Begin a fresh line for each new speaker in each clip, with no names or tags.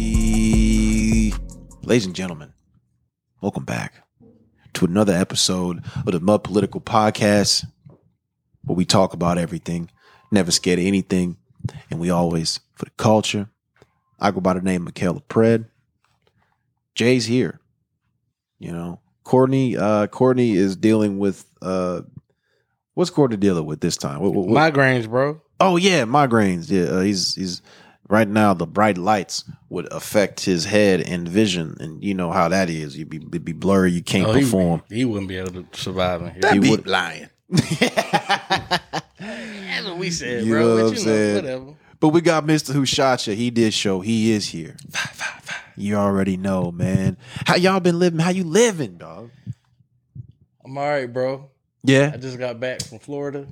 Hey, ladies and gentlemen, welcome back to another episode of the Mud Political Podcast, where we talk about everything, never scared of anything, and we always for the culture. I go by the name Michaela Pred. Jay's here. You know, Courtney. Uh, Courtney is dealing with. Uh, what's Courtney dealing with this time? What- what- what-
Migraines, bro.
Oh yeah, migraines. Yeah, uh, he's he's right now. The bright lights would affect his head and vision, and you know how that is. You'd be it'd be blurry. You can't
Oh, he-
perform.
He wouldn't be able to survive in here.
He
That be
would-
lying.
That's what we said,
You
bro.
know
but
what I'm
you
saying?
know, whatever.
but we got Mister Who Shot You. He did show. He is here. You already know, man. How y'all been living? How you living, dog?
I'm all right, bro. I
Yeah,
just got back from Florida.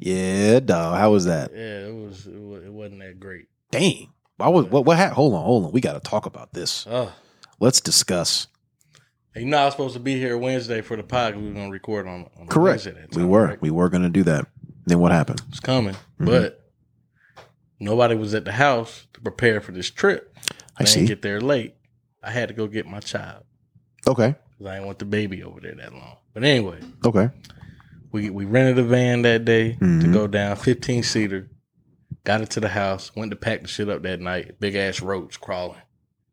yeah, dog. How was that?
Yeah, it was. It, wa- it wasn't that great.
Dang. Why was what? What? hap- Hold on, hold on. We got to talk about this.
Oh,
Let's discuss.
you know I was supposed to be here Wednesday for the pod. 'cause We were gonna record on, on Wednesday that
We
time,
were Mm-hmm.
right?
we were gonna do that. Then what happened?
It's coming, but nobody was at the house to prepare for this trip.
I
didn't
see.
get there late. I had to go get my child
Okay.
because I didn't want the baby over there that long. But anyway,
Okay.
We we rented a van that day to
Mhm.
go down, fifteen seater. Got it to the house. Went to pack the shit up that night. Big ass roach crawling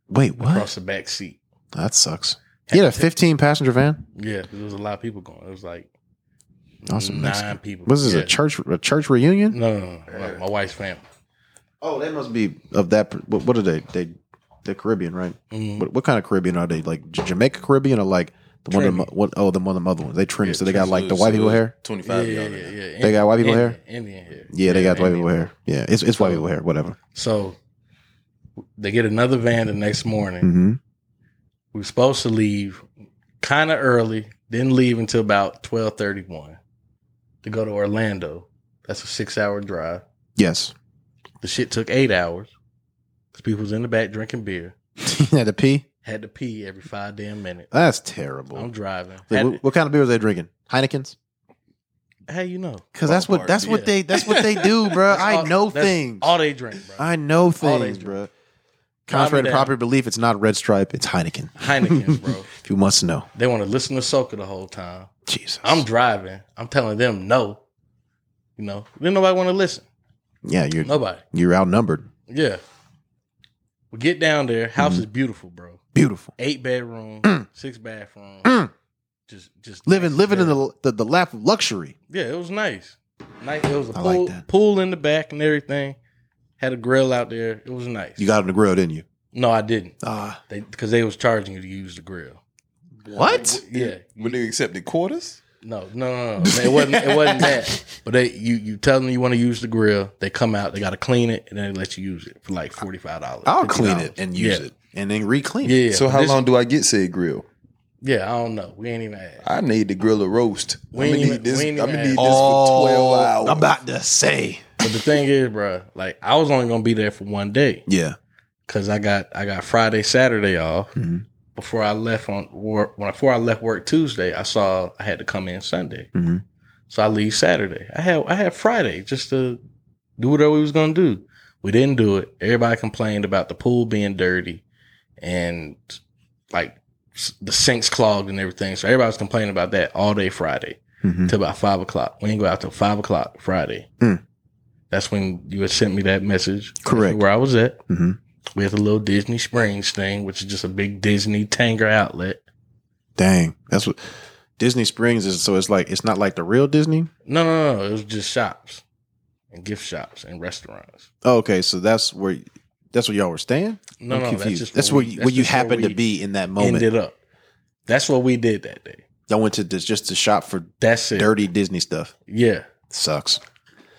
Wait, what?
across the back seat.
That sucks. He had a 15 passenger van.
Yeah, 'cause there was a lot of people going. It was like
Awesome.
nine
Mexican.
people.
Was this
yeah.
a church a church reunion?
No, no, no, no, my wife's family.
Oh, they must be of that. per- What, what are they? They they're Caribbean, right?
Mhm.
What, what kind of Caribbean are they? Like J- Jamaica Caribbean or like the one? Of the, mo- what? Oh, the one of the other ones. They trim,
Yeah,
so they got like
Trinity
the white people hair.
Twenty
Yeah,
five
yeah,
years.
yeah, yeah.
They got white people
Indian,
hair.
Indian hair.
Yeah, they got the white people
Indian.
hair. Yeah, it's it's white people hair. Whatever.
So they get another van the next morning.
Mm-hmm.
We were supposed to leave kind of early, didn't leave until about 12:31 to go to Orlando. That's a 6-hour drive.
Yes.
The shit took 8 hours cuz people was in the back drinking beer.
had to pee.
Had to pee every 5 damn minutes.
That's terrible.
I'm driving.
Like,
Had-
what, what kind of beer was they drinking? Heineken's.
how you know?
Because that's what
Ballpark,
that's what
yeah.
they that's what they do, bro.
That's
I
all-
know
that's
things.
All they drink, bro.
I know things,
these
bro. Contrary to
down.
popular belief, it's not Red Stripe, it's Heineken.
Heinekens, bro.
If you must know,
They want to listen to soca the whole time.
Jesus,
I'm driving. I'm telling them no. You know, then nobody want to listen.
yeah, you're
Nobody.
you're outnumbered.
Yeah. We get down there.
Mm.
House is beautiful, bro.
Beautiful,
Eight bedroom, six bathroom. Just just
Mm. living
nice
living in
as
the, the the lap of luxury.
hell. Yeah, it was nice. Nice. It was a
I like
pool,
that.
pool in the back and everything. Had a grill out there. It was nice.
You got on the grill, didn't you?
No, I didn't.
Ah,
They because they was charging you to use the grill.
what?
Yeah.
When they accepted quarters,
No, no, no, no. It wasn't it wasn't that. But they you you tell them you want to use the grill, they come out, they gotta clean it, and then they let you use it for like forty five dollars.
I'll clean it and use
Yeah.
it, and then reclean
Yeah,
it.
yeah.
so
but
how
this-
long do I get said grill?
Yeah, I don't know. We ain't even asked.
I need to grill a roast.
We
I'm
ain't
gonna
even-
need this.
we ain't
I'm
even
gonna need
had-
this for
Oh,
twelve hours.
Oh, I'm about to say,
But the thing is, bruh, like I was only gonna be there for one day
yeah,
because I got I got Friday, Saturday off.
Mhm.
Before I left on work, when before I left work Tuesday, I saw I had to come in Sunday,
Mhm.
so I leave Saturday. I had I had Friday just to do whatever we was gonna do. We didn't do it. Everybody complained about the pool being dirty and like s- the sinks clogged and everything. So everybody was complaining about that all day Friday.
Mhm.
Mm. till about five o'clock. We didn't go out till five o'clock Friday.
Hmm.
That's when you had sent me that message.
Correct.
Where I was at.
Mhm.
We had the little Disney Springs thing, which is just a big Disney Tanger outlet.
dang, that's what Disney Springs is. So it's like it's not like the real Disney.
No, no, no. It was just shops and gift shops and restaurants.
Oh, okay, so that's where that's where y'all were staying.
No,
I'm
no,
confused.
That's, just
where you, where you
just
happened
we
to be in that moment.
Ended up. That's what we did that day.
I went to this just to shop for
That's it.
dirty Disney stuff.
Yeah.
Sucks.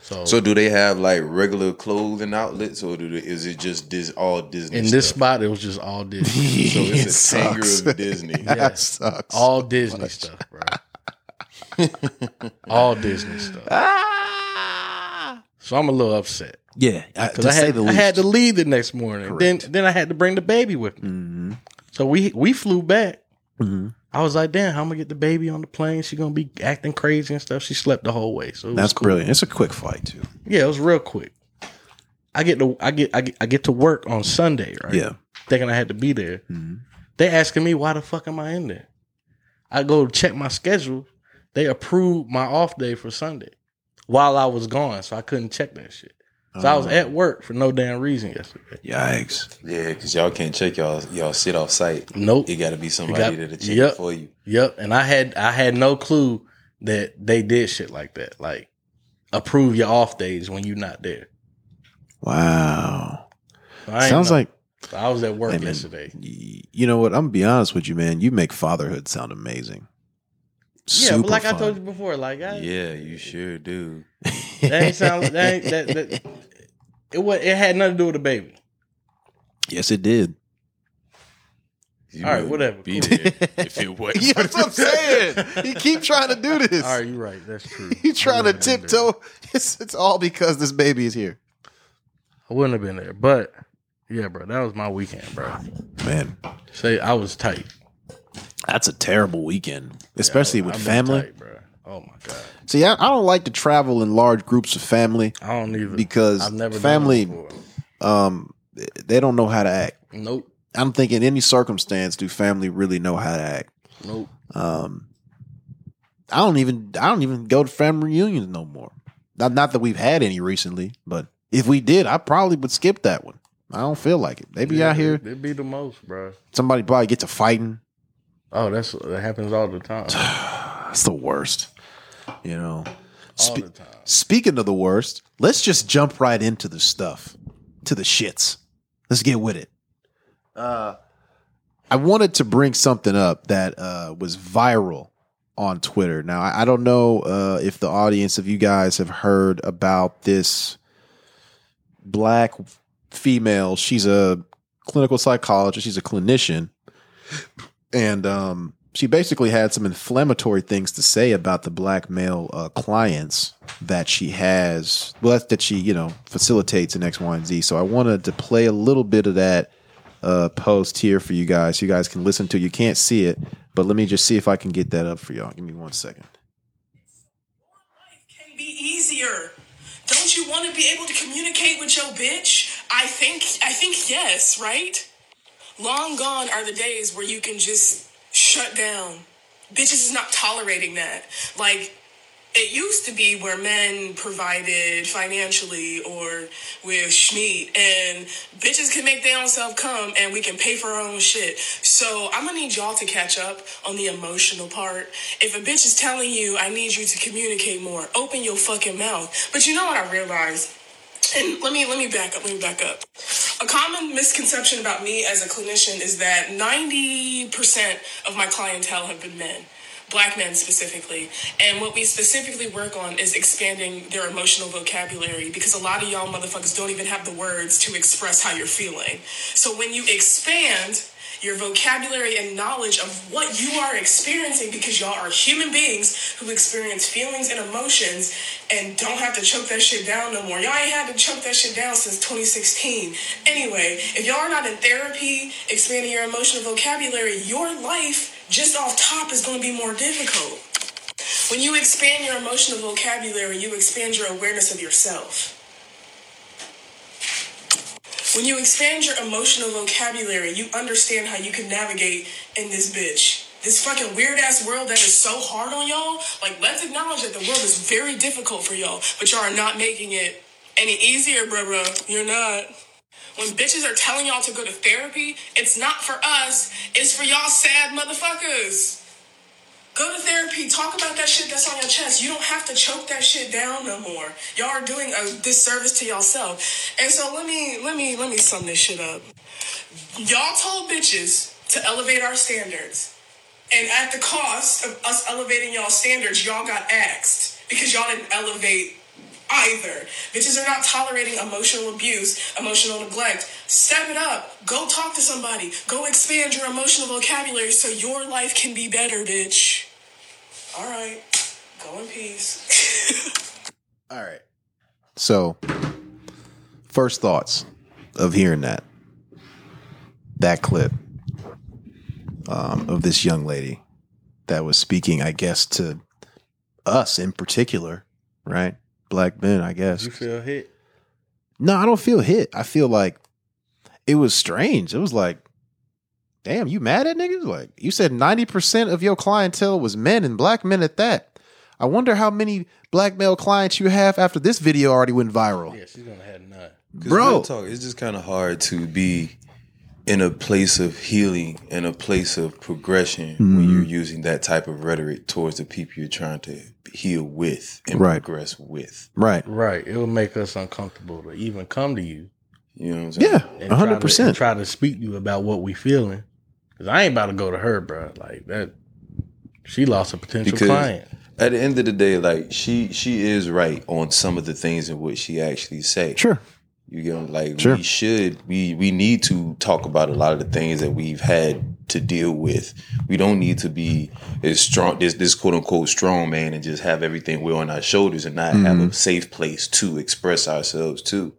So,
So do they have like regular clothing outlets, or do they, is it just this all Disney?
in this
stuff?
spot, it was just all Disney,
so
It
it's a
sucks.
tanger of Disney.
Yeah.
That sucks.
all Disney stuff, bro. all Disney stuff.
Ah!
So I'm a little upset.
Yeah, I,
Because I
say
had
the
I
least.
had to leave the next morning. Then then I had to bring the baby with me.
Mhm.
So we we flew back.
Mhm.
I was like, damn, how am I gonna get the baby on the plane? She gonna be acting crazy and stuff. She slept the whole way. So it was
That's
cool.
brilliant. It's a quick flight too.
yeah, it was real quick. I get to I get I get, I get to work on Sunday, right?
Yeah.
Thinking I had to be there.
Mhm.
They asking me why the fuck am I in there? I go check my schedule. They approved my off day for Sunday while I was gone, so I couldn't check that shit. So I was
Oh.
at work for no damn reason yesterday.
Yikes.
Yeah, because y'all can't check y'all y'all shit off site.
Nope.
It got to be somebody
got-
that'll check
Yep.
it for you.
Yep. And I had I had no clue that they did shit like that. Like approve your off days when you're not there.
Wow.
So I ain't
Sounds
know.
like
So I was at work
Hey, man,
yesterday.
y- you know what? I'm gonna be honest with you, man. You make fatherhood sound amazing.
yeah, but like I
fun.
told you before, like I,
Yeah, you sure do.
that ain't sound that, ain't, that, that it was it had nothing to do with the baby.
yes, it did.
You
All right,
wouldn't
whatever.
Be
Cool.
there if it wasn't.
Yeah, that's what I'm saying. You keep trying to do this.
All right, you're right. That's true.
You trying
I
to
wouldn't have been
tiptoe. It's, it's all because this baby is here.
there. I wouldn't have been there, but yeah, bro, that was my weekend, bro.
Man,
Say I was tight,
that's a terrible weekend, especially
I-
with
I've been
family.
tight, bro. Oh my god,
See, I, I don't like to travel in large groups of family.
I don't even
Because
I've never done it
family-
before.
Um, they don't know how to act.
Nope,
I'm thinking, any circumstance, do family really know how to act?
nope.
Um, I don't even I don't even go to family reunions no more. Not not that we've had any recently, but if we did, I probably would skip that one. I don't feel like it. They be
Yeah,
out here.
It, it be the most, bro.
Somebody probably gets to fighting.
Oh, that's that happens all the time.
That's the worst. You know.
All
Spe-
the time.
speaking of the worst, let's just jump right into the stuff, to the shits. Let's get with it. Uh, I wanted to bring something up that uh, was viral on Twitter. Now, I, I don't know uh, if the audience of you guys have heard about this black female. She's a clinical psychologist, she's a clinician. And um, she basically had some inflammatory things to say about the black male uh, clients that she has, well, that's that she, you know, facilitates in X, Y, and Z. So I wanted to play a little bit of that uh, post here for you guys. You guys can listen to. it. You can't see it, but let me just see if I can get that up for y'all. Give me one second.
Life can be easier. Don't you want to be able to communicate with your bitch? I think I think yes, right? Long gone are the days where you can just shut down. Bitches is not tolerating that. Like it used to be where men provided financially or with schmeat and bitches can make their own self come and we can pay for our own shit so i'm gonna need y'all to catch up on the emotional part if a bitch is telling you i need you to communicate more open your fucking mouth but you know what i realized and let me let me back up let me back up a common misconception about me as a clinician is that 90% of my clientele have been men black men specifically and what we specifically work on is expanding their emotional vocabulary because a lot of y'all motherfuckers don't even have the words to express how you're feeling so when you expand your vocabulary and knowledge of what you are experiencing because y'all are human beings who experience feelings and emotions and don't have to choke that shit down no more. Y'all ain't had to choke that shit down since 2016. Anyway, if y'all are not in therapy, expanding your emotional vocabulary, your life just off top is going to be more difficult. When you expand your emotional vocabulary, you expand your awareness of yourself. When you expand your emotional vocabulary, you understand how you can navigate in this bitch. This fucking weird ass world that is so hard on y'all. Like, let's acknowledge that the world is very difficult for y'all, but y'all are not making it any easier, bro, bro. You're not. When bitches are telling y'all to go to therapy, it's not for us, it's for y'all sad motherfuckers. Go to therapy. Talk about that shit that's on your chest. You don't have to choke that shit down no more. Y'all are doing a disservice to yourself. And so let me let me let me sum this shit up. Y'all told bitches to elevate our standards. And at the cost of us elevating y'all standards, y'all got axed because y'all didn't elevate either. Bitches are not tolerating emotional abuse, emotional neglect. Step it up. Go talk to somebody. Go expand your emotional vocabulary so your life can be better, bitch. All right. Go in peace.
All right. So, first thoughts of hearing that that clip um, of this young lady that was speaking, I guess, to us in particular, right? Black men, I guess.
You feel hit?
No, I don't feel hit. I feel like it was strange. It was like, damn, you mad at niggas? Like you said, ninety percent of your clientele was men and black men at that. I wonder how many black male clients you have after this video already went viral,
Yeah, she's gonna have none.
'Cause
bro.
real talk, it's just kind of hard to be in a place of healing and a place of progression when
Mm-hmm.
you're using that type of rhetoric towards the people you're trying to heal with and
Right.
progress with.
Right?
Right. It would make us uncomfortable to even come to you
You know what I'm saying?
Yeah,
and try to-
hundred
and
percent.
Try to speak to you about what we feeling. Cause I ain't about to go to her, bro. Like that. She lost a potential
Because-
client.
At the end of the day, like she she is right on some of the things in what she actually say.
Sure.
You know, like
Sure.
we should we we need to talk about a lot of the things that we've had to deal with. We don't need to be as strong this this quote unquote strong man and just have everything we're on our shoulders and not have a safe place to express ourselves to.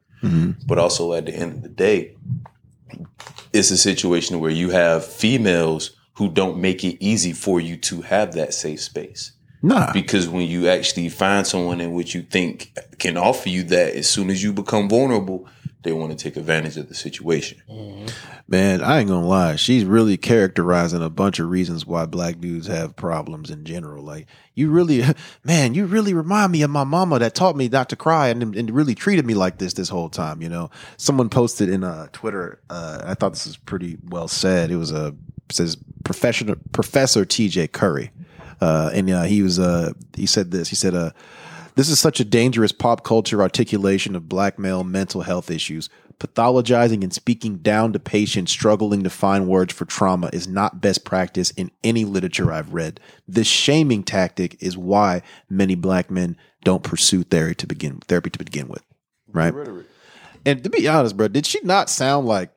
But also at the end of the day, it's a situation where you have females who don't make it easy for you to have that safe space
Nah.
because when you actually find someone in which you think can offer you that as soon as you become vulnerable they want to take advantage of the situation
Man, I ain't gonna lie. She's really characterizing a bunch of reasons why black dudes have problems in general. Like, you really, man, you really remind me of my mama that taught me not to cry and, and really treated me like this this whole time. You know, someone posted in uh, Twitter. Uh, I thought this was pretty well said. It was a says professional professor T.J. Curry, uh, and uh, he was uh, he said this. He said, uh, this is such a dangerous pop culture articulation of black male mental health issues. Pathologizing and speaking down to patients struggling to find words for trauma is not best practice in any literature I've read. This shaming tactic is why many black men don't pursue therapy to begin therapy to begin with. Right? And to be honest, bro, did she not sound like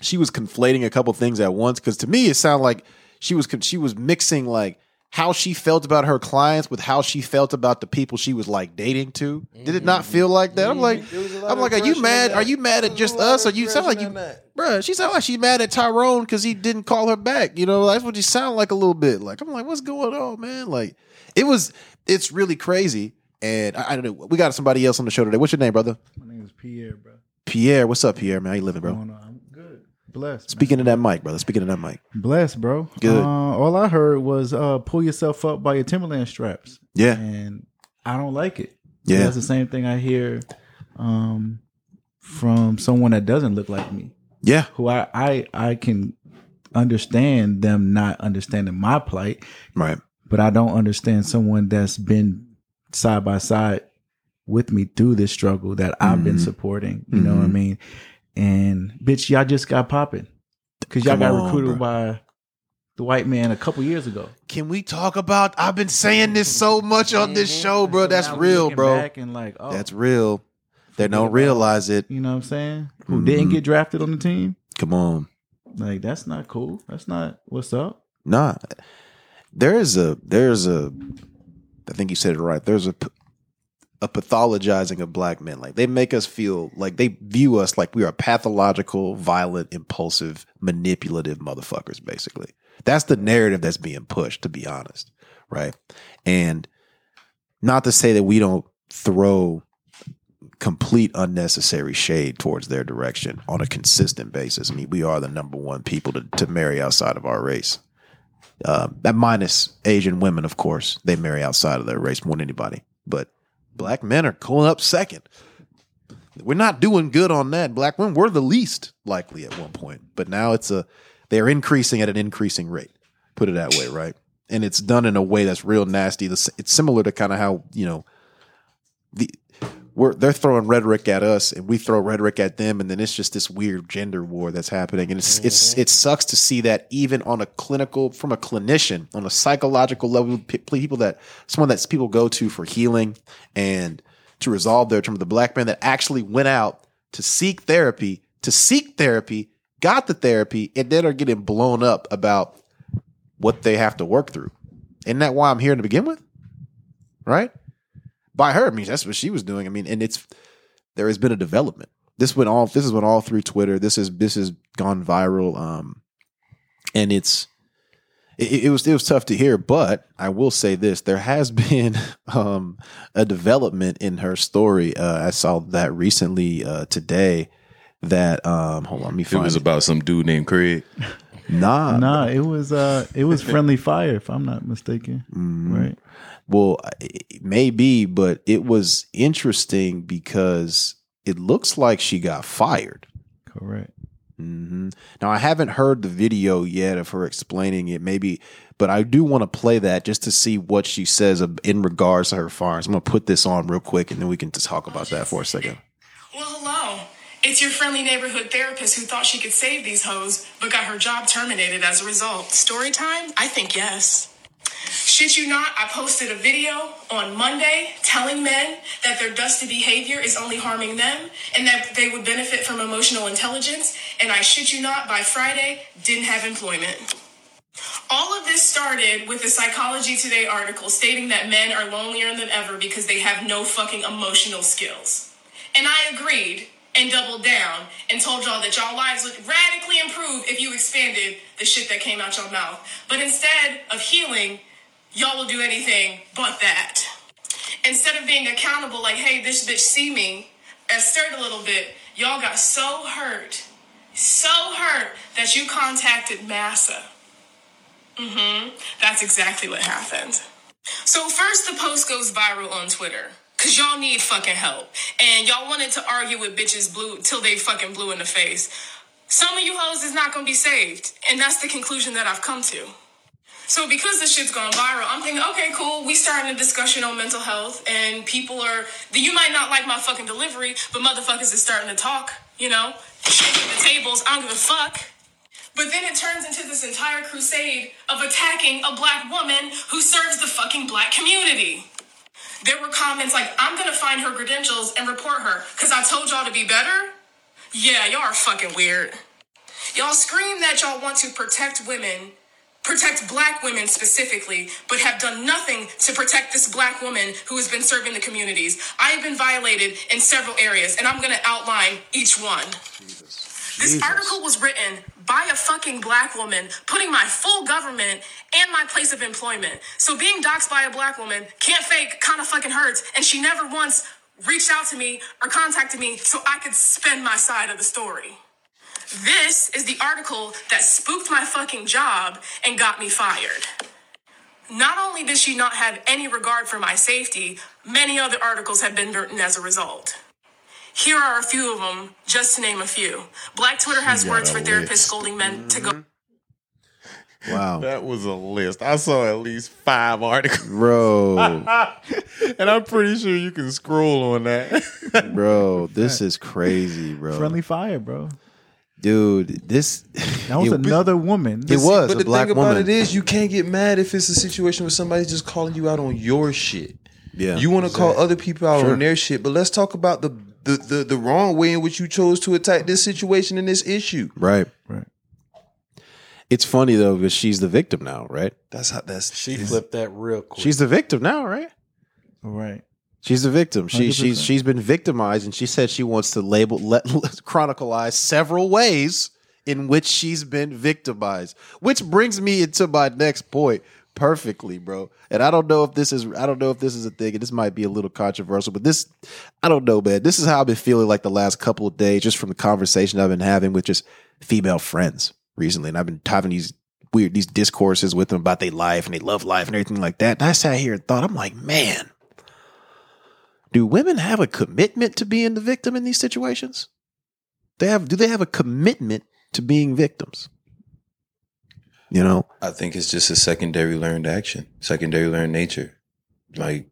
she was conflating a couple things at once? Because to me, it sounded like she was con- she was mixing like how she felt about her clients with how she felt about the people she was like dating to. Did it not feel like that? I'm like, I'm like, are you mad? Are you mad at just us? Or you sound like you, bro? She sound like she's mad at Tyrone because he didn't call her back. You know, that's what you sound like a little bit. Like I'm like, what's going on, man? Like it was, it's really crazy. And I, I don't know. We got somebody else on the show today. What's your name, brother?
My name is Pierre, bro.
Pierre, what's up, Pierre? Man, how you living,
What's
bro?
going on? I'm good. Blessed. man.
Speaking to that mic, brother. Speaking to that mic.
Blessed, bro.
Good.
Uh, all I heard was uh, pull yourself up by your Timberland straps.
Yeah,
And I don't like it.
Yeah.
That's the same thing I hear um, from someone that doesn't look like me,
yeah,
who I, I, I can understand them not understanding my plight,
right.
but I don't understand someone that's been side by side with me through this struggle that I've been
Mhm.
supporting. You know what I
Mhm.
mean? And bitch, y'all just got popping because y'all
Come
got
on, bro.
recruited by the white man a couple years ago.
Can we talk about? I've been saying this so much on this show, bro.
Mm-hmm. So
That's
now we
real,
looking
bro.
back and like, oh,
That's real. They don't
about-
realize it.
You know what I'm saying? Who didn't
Mhm.
get drafted on the team?
Come on,
Like that's not cool. That's not what's up.
nah. There is a there's a. I think you said it right. There's a p- a pathologizing of black men. Like they make us feel like they view us like we are pathological, violent, impulsive, manipulative motherfuckers. Basically, that's the narrative that's being pushed. To be honest, right? And not to say that we don't throw complete unnecessary shade towards their direction on a consistent basis. I mean, we are the number one people to, to marry outside of our race. Uh, that minus Asian women, of course, they marry outside of their race more than anybody. But black men are going up second. We're not doing good on that. Black women were the least likely at one point, but now it's a they're increasing at an increasing rate. Put it that way, right? And it's done in a way that's real nasty. This- It's similar to kind of how you know the we're they're throwing rhetoric at us, and we throw rhetoric at them, and then it's just this weird gender war that's happening. And it's it's it sucks to see that even on a clinical from a clinician on a psychological level, pe- people that someone that people go to for healing and to resolve their trauma. The black man that actually went out to seek therapy, to seek therapy, got the therapy, and then are getting blown up about what they have to work through. Isn't that why I'm here to begin with? Right? By her, I mean that's what she was doing. I mean, and it's there has been a development. This went all this is went all through Twitter. This is this has gone viral. Um and it's it, it was it was tough to hear, but I will say this: there has been um, a development in her story. Uh, I saw that recently uh, today. That um, hold on, let me
It
find
was
it.
about some dude named Craig.
nah,
Nah, it was uh, it was friendly fire, if I'm not mistaken.
Mm-hmm.
Right?
Well, it may be, but it was interesting because it looks like she got fired.
Correct.
hmm Now, I haven't heard the video yet of her explaining it, maybe, but I do want to play that just to see what she says of- in regards to her fires. I'm going to put this on real quick and then we can just talk about that for a second.
Well, hello. It's your friendly neighborhood therapist who thought she could save these hoes, but got her job terminated as a result. Story time? I think yes. Shit you not, I posted a video on Monday telling men that their dusty behavior is only harming them and that they would benefit from emotional intelligence. And I shit you not, by Friday, didn't have employment. All of this started with a Psychology Today article stating that men are lonelier than ever because they have no fucking emotional skills. And I agreed and doubled down and told y'all that y'all lives would radically improve if you expanded the shit that came out your mouth. But instead of healing, y'all will do anything but that. Instead of being accountable, like, hey, this bitch see me, I stirred a little bit, y'all got so hurt, so hurt that you contacted Massa. Mm-hmm. That's exactly what happened. So first the post goes viral on Twitter. Cause y'all need fucking help. And y'all wanted to argue with bitches blue till they fucking blue in the face. Some of you hoes is not gonna be saved. And that's the conclusion that I've come to. So because this shit's gone viral, I'm thinking, okay, cool, we starting a discussion on mental health and people are you might not like my fucking delivery, but motherfuckers is starting to talk, you know? Shaking the tables, I don't give a fuck. But then it turns into this entire crusade of attacking a black woman who serves the fucking black community. There were comments like, I'm gonna find her credentials and report her, cause I told y'all to be better? Yeah, y'all are fucking weird. Y'all scream that y'all want to protect women, protect black women specifically, but have done nothing to protect this black woman who has been serving the communities. I have been violated in several areas, and I'm gonna outline each one. This article was written by a fucking black woman, putting my full government and my place of employment. So being doxxed by a black woman can't fake kind of fucking hurts. And she never once reached out to me or contacted me so I could spend my side of the story. This is the article that spooked my fucking job and got me fired. Not only did she not have any regard for my safety, many other articles have been written as a result. Here are a few of them, just to name a few. Black Twitter has words for therapists scolding men to go.
Wow.
That was a list. I saw at least five articles,
Bro,
and I'm pretty sure you can scroll on that.
bro, this is crazy, bro.
Friendly fire, bro.
Dude, this.
That was
it-
another woman.
It was
but
a
the
black
thing about
woman.
it is, you can't get mad if it's a situation where somebody's just calling you out on your shit.
Yeah.
you want to call other people out
Sure.
on their shit, but let's talk about the, the the the wrong way in which you chose to attack this situation and this issue.
Right.
Right.
It's funny though because she's the victim now, right?
That's how that's
She flipped that real quick.
She's the victim now, right?
Right.
She's the victim. She she's
100%.
she's been victimized, and she said she wants to label let, chronicleize several ways in which she's been victimized. Which brings me into my next point perfectly, bro. And I don't know if this is I don't know if this is a thing, and this might be a little controversial, but this I don't know, man. This is how I've been feeling like the last couple of days, just from the conversation I've been having with just female friends recently, and I've been having these weird these discourses with them about their life and they love life and everything like that. And I sat here and thought, I'm like, man do women have a commitment to being the victim in these situations? They have do they have a commitment to being victims? You know,
I think it's just a secondary learned action, secondary learned nature. Like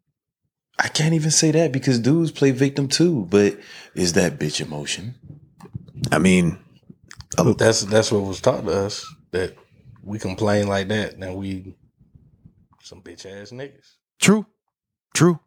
I can't even say that because dudes play victim too, but is that bitch emotion?
I mean,
that's that's what was taught to us that we complain like that, then we some bitch ass niggas.
true, true.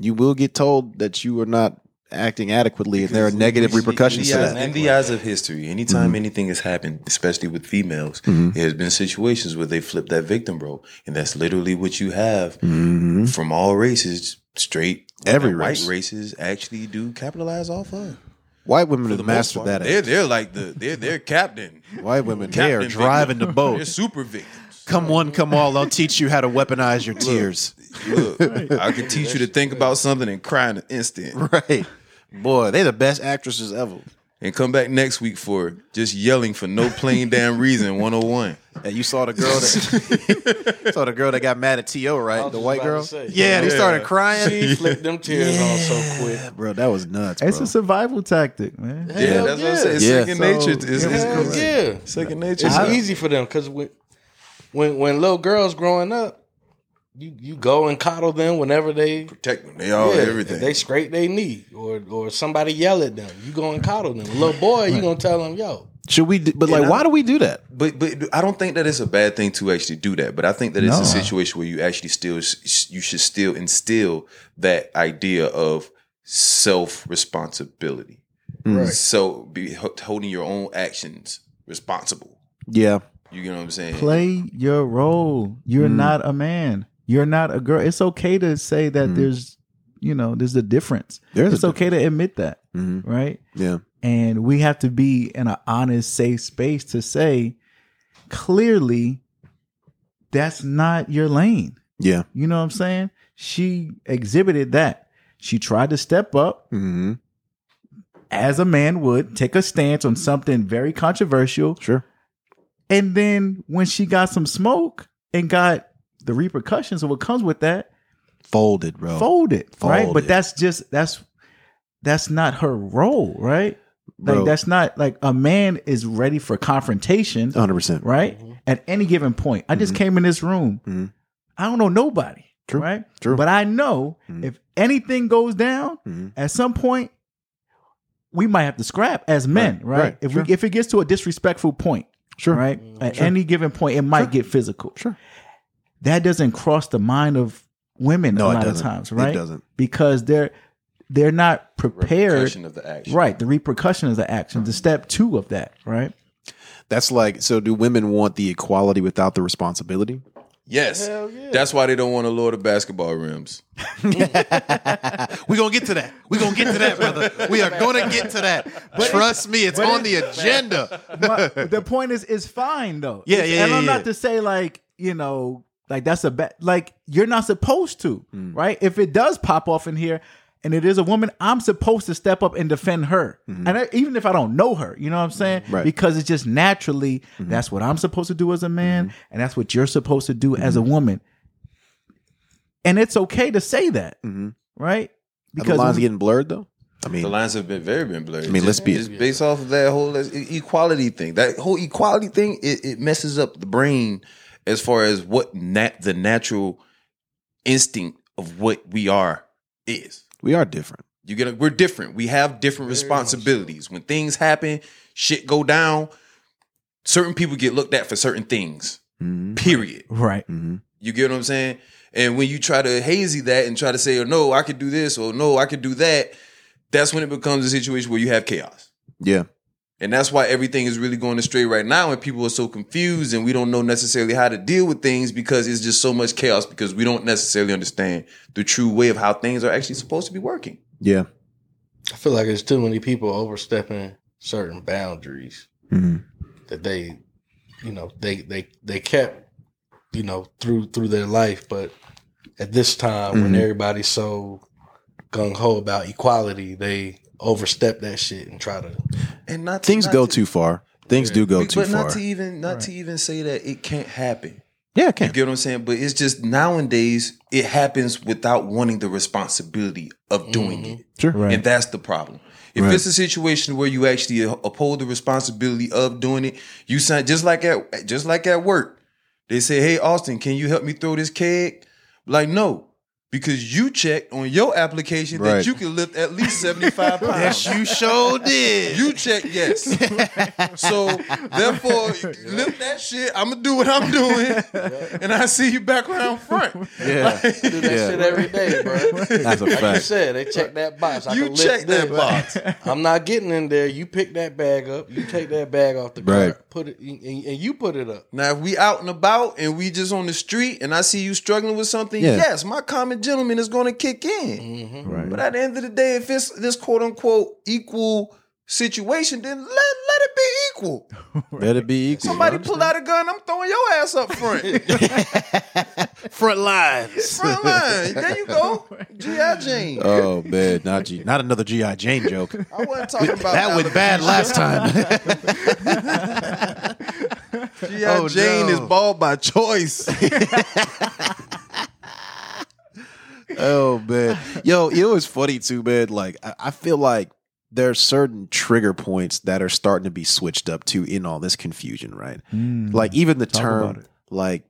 You will get told that you are not acting adequately, and there are negative repercussions to that. Mm-hmm.
In the eyes of history, anytime anything has happened, especially with females, there's been situations where they flip that victim role, and that's literally what you have from all races, straight,
Mm-hmm. Every
white
race.
races actually do capitalize off of.
White women have
the most
mastered
part.
that.
They're
act.
they're like the they're their captain.
White women, they
Captain
are driving the
victim. They're
boat.
super victims.
Come one, come all. I'll teach you how to weaponize your tears.
Look, I can teach you to think about something and cry in an instant,
Right. Boy, they the best actresses ever.
and come back next week for just yelling for no plain damn reason. One hundred and one.
And you saw the girl that saw the girl that got mad at T.O., right? The
just
white
about to
girl?
say.
yeah, they started crying.
She flipped them tears on so quick.
Bro, that was nuts.
It's
bro.
a survival tactic, man.
Yeah,
Hell
that's what I'm
yeah.
saying. It's
Yeah.
second
So,
nature. It's, it's,
yeah.
Hell
it's
yeah.
second nature.
It's easy for them because when, when when little girls growing up, you you go and coddle them whenever they
protect them. They all
yeah,
Oh, everything.
if They scrape their knee or or somebody yell at them. You go and coddle them. Little boy, you gonna tell them, yo,
Should we? Do, but like,
I-
why do we do that?
but but I don't think that it's a bad thing to actually do that. But I think that it's
No.
a situation where you actually still you should still instill that idea of self responsibility. Mm.
Right.
So be h- holding your own actions responsible.
Yeah,
You know what I'm saying?
Play your role. You're
Mm.
not a man. You're not a girl. It's okay to say that
Mm.
there's, you know, there's a difference.
there's
it's okay to admit that,
hmm
right?
Yeah,
And we have to be in an honest, safe space to say clearly that's not your lane.
yeah.
You know what I'm saying? She exhibited that. She tried to step up
Mm-hmm.
as a man would, take a stance on something very controversial.
Sure.
And then when she got some smoke and got the repercussions of what comes with that,
Folded,
Oh,
bro.
fold it, right? But
Folded.
that's just that's that's not her role, right?
Bro.
Like that's not like a man is ready for confrontation,
Hundred percent.
right? At any given point. I just came in this room.
Mhm.
I don't know nobody,
Mm-hmm. True,
right?
true.
But I know
Mhm.
if anything goes down,
Mhm.
at some point we might have to scrap as men,
Right,
right?
right,
If
sure.
we if it gets to a disrespectful point,
Sure.
right? At any given point, it might get physical.
Sure.
That doesn't cross the mind of women
No,
a
it
lot of
doesn't.
times,
It
right?
doesn't.
because they're they're not prepared,
Repercussion of the action.
right? The repercussion of the action,
Mm-hmm.
the step two of that, right?
That's like. So, do women want the equality without the responsibility?
Yes.
Hell yeah.
That's why they don't want to lower the basketball rims.
We're gonna get to that. We're gonna get to that, brother. We are gonna get to that. Trust me, it's on the agenda.
But the point is, it's fine though.
Yeah,
It's-
yeah,
And
yeah,
I'm
yeah.
not to say like you know, like that's a bad. Like you're not supposed to,
Mm.
right? If it does pop off in here, and it is a woman, I'm supposed to step up and defend her, and I, even if I don't know her, you know what I'm saying?
Mm-hmm. Right. Mm-hmm.
Because it's just naturally that's what I'm supposed to do as a man, and that's what you're supposed to do as a
Mm-hmm.
woman. And it's okay to say that,
Mhm.
right?
Are the lines
we-
getting blurred though. I
The
mean,
lines have been very been blurred. I
mean, let's be-
just based off of that whole e- equality thing. That whole equality thing, it, it messes up the brain as far as what nat- the natural instinct of what we are is.
we are different.
You get it? We're different. We have different responsibilities. When things happen, shit go down. Certain people get looked at for certain things.
Mhm.
Period.
right?
Mm-hmm.
You get what I'm saying? And when you try to hazy that and try to say, "Oh no, I could do this," or "No, I could do that," that's when it becomes a situation where you have chaos.
Yeah.
And that's why everything is really going astray right now, and people are so confused, and we don't know necessarily how to deal with things because it's just so much chaos because we don't necessarily understand the true way of how things are actually supposed to be working.
Yeah.
I feel like there's too many people overstepping certain boundaries
Mm-hmm.
that they, you know, they they they kept, you know, through through their life. But at this time, when
Mhm.
everybody's so gung ho about equality, they overstep that shit and try to.
And not
Things
not
go
to-
too far. Things do go
but
too
not
far.
to even not to even say that it can't happen.
Yeah, it
You
can.
get what I'm saying? But it's just nowadays it happens without wanting the responsibility of doing it.
Sure.
Right.
And that's the problem. If
Right.
it's a situation where you actually uphold the responsibility of doing it, you sign just like at just like at work. They say, "Hey Austin, can you help me throw this keg?" Like, "No." Because you checked on your application
Right.
that you can lift at least 75 pounds.
you sure did.
You check yes. so therefore, lift that shit. I'm gonna do what I'm doing, and I see you back around front.
Yeah.
Do that
Yeah.
shit every day, bro.
That's a
Like you
fact.
said, they check that box. I
you
can lift
check that
this.
box.
I'm not getting in there. You pick that bag up. You take that bag off the
Right.
cart. Put it and, and you put it up.
Now, if we out and about and we just on the street, and I see you struggling with something,
Yeah.
yes, my common gentleman is gonna kick in.
Mm-hmm.
Right.
But at the end of the day, if it's this quote unquote equal situation, then let let it be equal.
Better be equal.
Somebody pull out a gun, I'm throwing your ass up front.
front lines.
front line. There you go. G.I. Jane.
Oh man, not G, not another GI Jane joke.
I wasn't talking about
That went bad last time.
G.I.
Oh,
Jane
no.
is bald by choice.
oh man, yo, it was funny too, man. Like I, I feel like there are certain trigger points that are starting to be switched up too in all this confusion, right?
Mm.
Like even the
Hmm. Talk about
term,
it.
like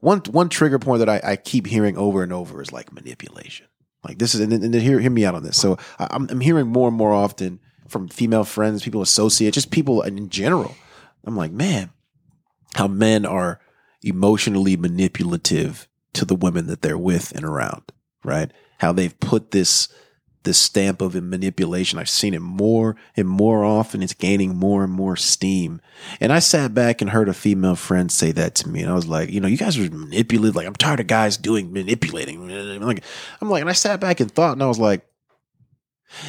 one one trigger point that I, I keep hearing over and over is like manipulation. Like this is and, and hear hear me out on this. So I, I'm I'm hearing more and more often from female friends, people associate, just people in general. I'm like, man, how men are emotionally manipulative to the women that they're with and around, right? How they've put this this stamp of manipulation. I've seen it more and more often. It's gaining more and more steam. And I sat back and heard a female friend say that to me, and I was like, you know, you guys are manipulative. Like I'm tired of guys doing manipulating. Like I'm like, and I sat back and thought, and I was like,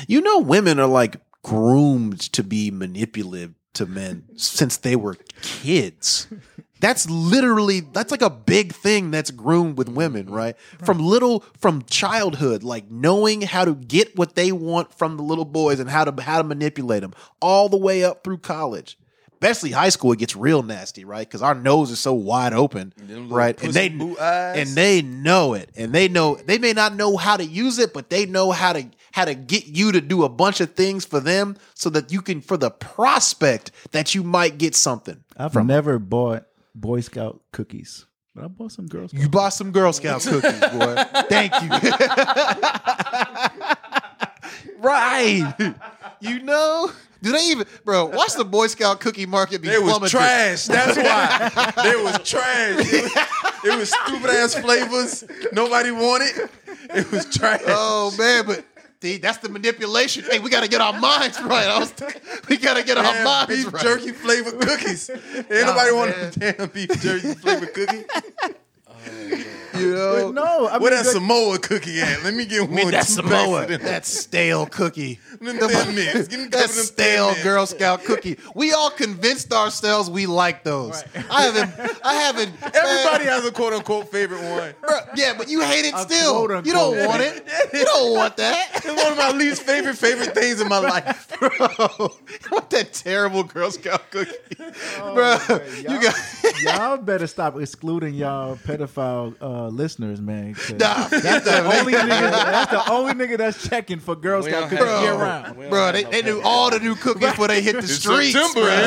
you know, women are like groomed to be manipulative to men since they were kids. That's literally that's like a big thing that's groomed with women, right? From little from childhood, like knowing how to get what they want from the little boys and how to how to manipulate them all the way up through college. Especially high school, it gets real nasty, right? Because our nose is so wide open, right? And they and they know it, and they know they may not know how to use it, but they know how to how to get you to do a bunch of things for them, so that you can for the prospect that you might get something.
I've never bought Boy Scout cookies, but I bought some Girl Scout.
You bought some Girl Scout cookies, boy. Thank you. right. You know? Do they even, bro? Watch the Boy Scout cookie market be
It was
plummeted.
trash. That's why. It was trash. It was, it was stupid ass flavors. Nobody wanted. It was trash.
Oh man, but see, that's the manipulation. Hey, we gotta get our minds right. I was, we gotta get our
Damn
minds
beef
right.
jerky flavored cookies. Ain't nobody want a damn beef jerky flavored cookie.
You know,
No, I
Where
mean,
that Samoa cookie at? Let me get one.
That
two packs
Samoa,
of them.
that stale cookie,
Them thin mints. Give me a couple
that
of them
stale
thin mints.
Girl Scout cookie. We all convinced ourselves we like those. I haven't, I haven't.
Everybody has a quote unquote favorite one.
Bruh, yeah, but you hate it still.
quote,
You don't
unquote.
want it. You don't want that.
It's one of my least favorite favorite things in my life.
Bro, what that terrible Girl Scout cookie,
Oh,
bro. You got
y'all better stop excluding y'all pedophile uh, listeners, man. 'cause
nah,
That's the only nigga. That's the only nigga that's checking for Girl
We
Scout
don't
cookies
have-
year
Bro.
round.
We don't
bro.
have
They,
no
they do
pepper.
all the new cookies before they hit the streets.
September,
bruh.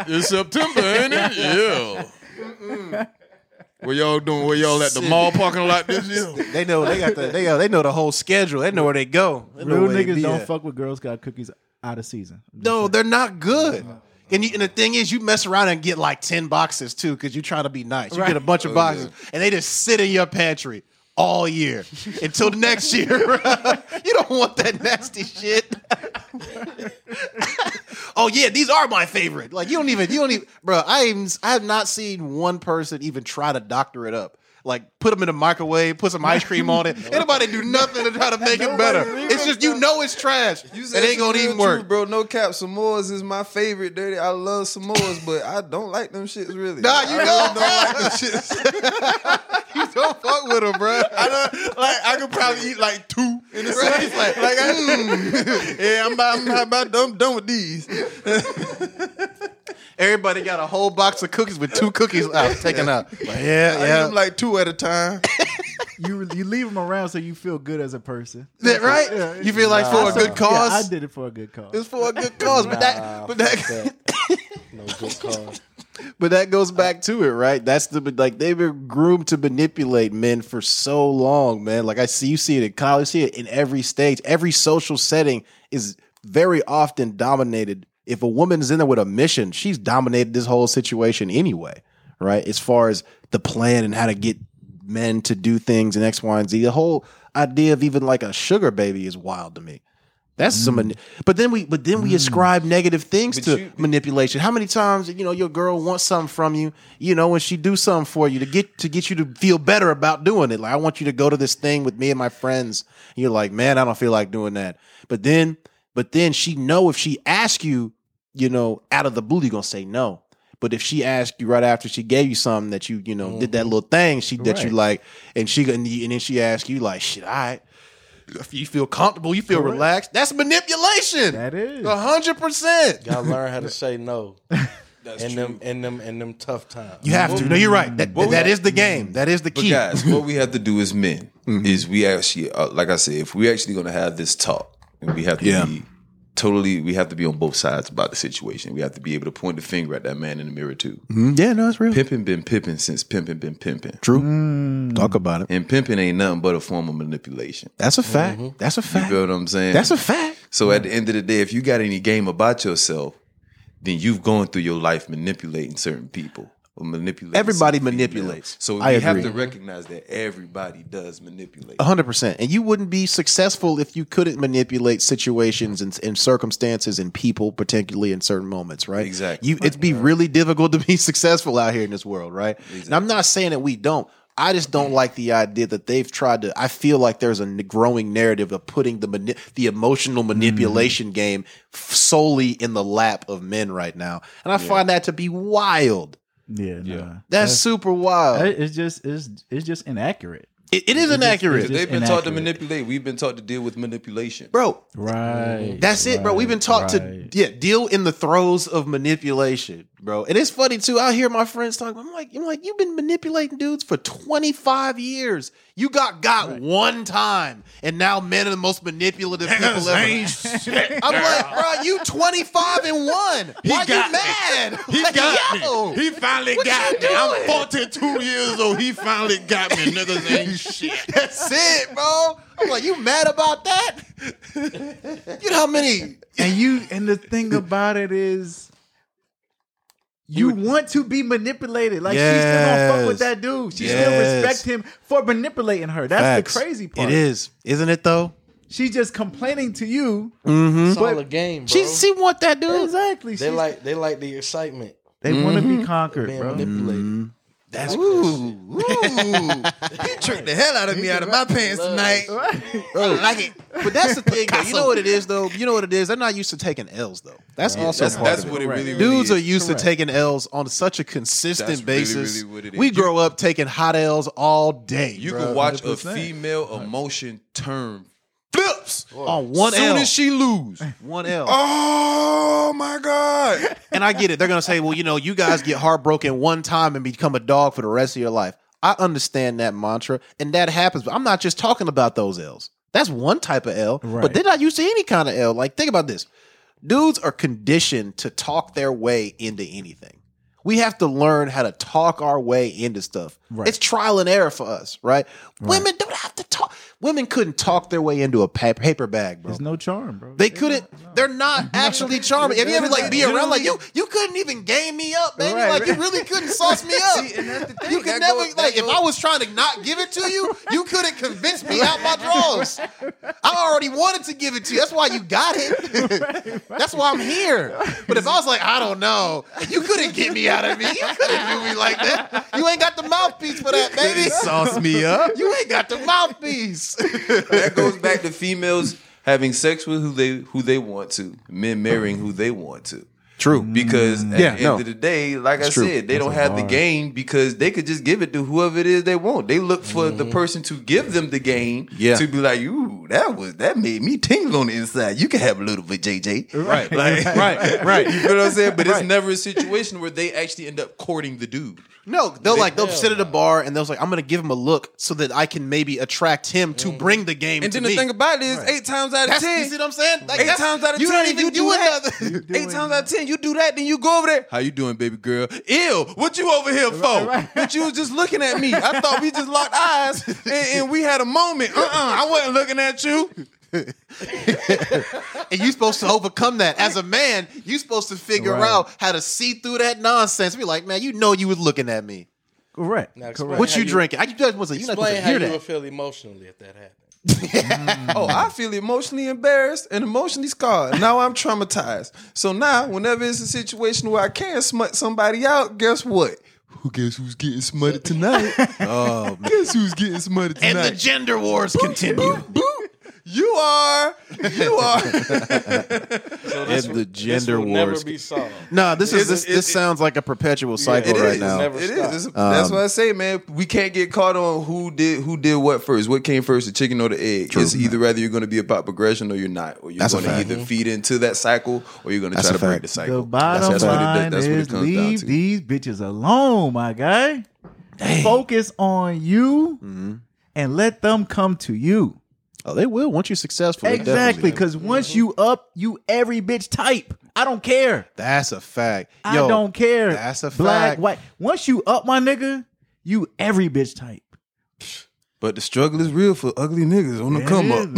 ain't it? It's September, ain't it? Yeah. Where y'all doing? Where y'all at the mall parking lot this year?
They know they got the they got, they know the whole schedule. They know where they go. They know
Real
where they
niggas
be
don't
at.
fuck with Girl Scout cookies out of season.
No, they're not good. And, you, and the thing is, you mess around and get like ten boxes too, because you're trying to be nice. You get a bunch of boxes, and they just sit in your pantry all year until next year. you don't want that nasty shit. oh yeah, these are my favorite. Like you don't even you don't even, bro. I even, I have not seen one person even try to doctor it up. Like put them in the microwave, put some ice cream on it. Anybody do nothing to try to make it better. It's just you know it's trash. It ain't gonna even work.
bro. No cap, Samoa's is my favorite. Dirty, I love Samoa's, but I don't like them shits really.
Nah, you
I
don't,
really don't like them shits.
You don't fuck with them, bro.
I don't, like I could probably eat like two in the
Right.
same. Like, like I, yeah, I'm about, I'm about done, done with these.
Everybody got a whole box of cookies with two cookies out taken out. Like, yeah,
I eat
yeah.
them like two at a time.
You you leave them around so you feel good as a person.
That right? you feel like for a good
Yeah, I
cause?
did it for a good cause.
it's for a good cause, but that, but that,
No good call.
but that goes back to it, right? That's the like they've been groomed to manipulate men for so long, man. Like I see, you see it in college, you see it in every stage, every social setting is very often dominated. If a woman's in there with a mission, she's dominated this whole situation anyway, right? As far as the plan and how to get men to do things and X, Y, and Z. The whole idea of even like a sugar baby is wild to me. That's some, mani- but then we, but then we ascribe negative things to manipulation. How many times you know your girl wants something from you, you know, and she do something for you to get to get you to feel better about doing it. Like I want you to go to this thing with me and my friends. And you're like, man, I don't feel like doing that. But then, but then she know if she asks you, you know, out of the blue, you're gonna say no. But if she asked you right after she gave you something that you, you know, did that little thing she that you
Right.
like, and she and then she asked you like, shit, all right. If you feel comfortable, you feel relaxed. That's manipulation.
That is.
a hundred percent.
Gotta learn how to say no. in them, in them, in them tough times.
You have to. No, you're right. That, that is the game. That is the
But
key.
guys, what we have to do as men is we actually, uh, like I said, if we're actually going to have this talk, and we have to
Yeah.
be totally, we have to be on both sides about the situation. We have to be able to point the finger at that man in the mirror too.
Mm, yeah, no, it's real.
Pimping been pimping since pimping been pimping,
True. Talk about it.
and pimping ain't nothing but a form of manipulation.
That's a fact. That's a
You
fact.
feel what I'm saying?
That's a fact.
So at the end of the day, if you got any game about yourself, then you've gone through your life manipulating certain people. Or manipulating
Everybody
certain
manipulates.
females. So
I
we have
agree.
to recognize that everybody does manipulate.
A hundred percent. And you wouldn't be successful if you couldn't manipulate situations and, and circumstances and people, particularly in certain moments, right?
Exactly.
You, it'd be really difficult to be successful out here in this world, right? And I'm not saying that we don't. I just don't like the idea that they've tried to. I feel like there's a n- growing narrative of putting the mani- the emotional manipulation game f- solely in the lap of men right now, and I find that to be wild.
yeah, nah.
That's, super wild.
That- It's just it's it's just inaccurate.
it, it is inaccurate,
it's
They've been taught to
inaccurate.
manipulate. We've been taught to deal with manipulation.
bro.
Right.
That's it, bro. We've been taught to yeah, deal in the throes of manipulation, bro. And it's funny too. I hear my friends talk. I'm like, I'm like, you've been manipulating dudes for 25 years. You got got one time, and now men are the most manipulative people ever. I'm like, bro, you 25 and one. Why
got
you
me.
mad?
He
Like,
got
yo.
me. He finally
What
got
you
me. I'm
doing?
42 years old. He finally got me. Niggas ain't shit.
That's it, bro. I'm like, you mad about that? you know how many?
and you and the thing about it is you, want to be manipulated. Like she's still gonna fuck
Yes.
with that dude. She
Yes.
still respect him for manipulating her. That's the crazy part.
It is, isn't it though?
She's just complaining to you.
It's all a game, bro.
She she want that dude.
Exactly.
they
She's-
like they like the excitement,
they want to
Mm-hmm.
be conquered,
being
bro.
manipulated.
Mm-hmm.
That's
Ooh, you tricked the hell out of me out of my pants tonight.
I like it. But that's the thing, though. You know what it is, though. You know what it is. They're not used to taking L's, though. That's also
That's,
part
that's
of it.
what it really, really
Dudes
is.
are used to taking L's on such a consistent
That's really,
basis.
really what it is.
We
You-
grow up taking hot L's all day.
You
bro.
can watch a
100%.
female emotion turn flips.
on one
soon
L.
as she lose.
one L.
Oh my God.
And I get it. They're gonna say, well, you know, you guys get heartbroken one time and become a dog for the rest of your life. I understand that mantra, and that happens. But I'm not just talking about those L's. That's one type of L, but
Right.
they're not used to any kind of L. Like, think about this: dudes are conditioned to talk their way into anything. We have to learn how to talk our way into stuff.
Right.
It's trial and error for us, right? Women don't have to talk. Women couldn't talk their way into a pa- paper bag, bro.
There's no charm, bro.
They couldn't. They're not actually charming. If you ever like be around, like you, you couldn't even game me up, baby.
Right,
like you
right.
really couldn't sauce me up. you could
That
never
goes- that
like if
goes-
I was trying to not give it to you, you couldn't convince me out my draws. I already wanted to give it to you. That's why you got it. That's why I'm here. But if I was like, I don't know, you couldn't get me out of me. You couldn't do me like that. You ain't got the mouthpiece for that, baby.
Sauce me up.
You ain't got the mouthpiece.
that goes back to females having sex with who they who they want to, men marrying who they want to.
True.
Because
Yeah,
at the end
no.
of the day, like I
true.
said, they don't have the game because they could just give it to whoever it is they want. They look for the person to give them the game
Yeah.
to be like, ooh, that was that made me tingle on the inside. You can have a little bit, JJ.
Right.
Like,
Right, right.
You feel what I'm saying? But it's never a situation where they actually end up courting the dude.
No, they'll like they'll sit at a bar and they'll like I'm gonna give him a look so that I can maybe attract him to bring the game.
And
to
then the
me.
thing about it is, eight times out of
that's,
ten,
you see what I'm saying? Like
Eight
that's-
times out of
you
ten,
don't even
you
do,
do it.
another.
Eight times out of ten, you do that, then you go over there. How you doing, baby girl? Ew, what you over here for? But you was just looking at me. I thought we just locked eyes and, and we had a moment. Uh-uh, I wasn't looking at you.
and you're supposed to overcome that as a man. You're supposed to figure
Right.
out how to see through that nonsense. Be like, man, you know you was looking at me.
Correct.
Now explain
Correct.
What
how
you, drinking? I you just was like, you're not supposed
Explain
to
how
hear
you
that.
would feel emotionally if that happened.
Oh, I feel emotionally embarrassed and emotionally scarred. Now I'm traumatized. So now, whenever it's a situation where I can smut somebody out, guess what? Who guess who's getting smutted tonight? oh, guess who's getting smutted tonight?
and the gender wars continue.
Boop, boop. You are. You are.
And the gender
will
wars.
never be solved.
nah, this is
It's-
this,
it-
this
it-
sounds like a perpetual cycle
It is.
right now.
never
It
stop.
is. It's- that's
Um,
what I say, man. We can't get caught on who did who did what first. What came first, the chicken or the egg?
True.
It's either rather you're going to be about progression or you're not, or you're
That's a
going to
fact.
either feed into that cycle or you're going to
That's
try
a
to break
fact.
the
The
cycle.
bottom
that's,
line
that's what it
is
comes down
leave
to.
these bitches alone, my guy. Focus on you
Mm-hmm.
and let them come to you.
Oh, they will once you're successful. they definitely
Exactly,
will.
because once you up, you every bitch type. I don't care.
That's a fact.
I
Yo,
don't care.
that's a
Black,
fact.
white. Once you up, my nigga, you every bitch type.
But the struggle is real for ugly niggas on the come up.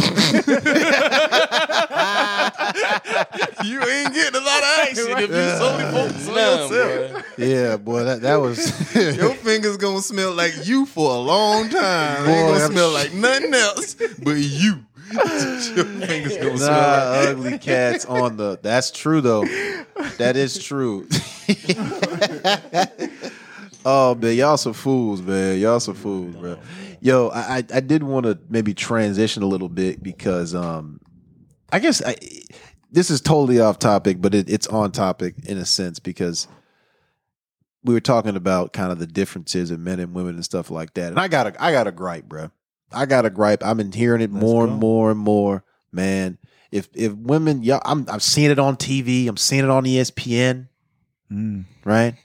you ain't getting a lot of action if you solely focus on
None,
yourself.
bruh.
Yeah, boy, that that was.
Your fingers gonna smell like you for a long time.
Boy,
They gonna
I'm-
smell like nothing else but you. Your fingers gonna
nah,
smell like
ugly cats on the. That's true though. That is true. oh man, y'all some fools, man. Y'all some fools, bro. Yo, I I- I did want to maybe transition a little bit because um, I guess I this is totally off topic, but it, it's on topic in a sense because we were talking about kind of the differences in men and women and stuff like that. And I got a I got a gripe, bro. I got a gripe. I've been hearing it more and more and more, man. If if women, y'all, I'm I'm seeing it on TV. I'm seeing it on E ESPN,
Mm.
right?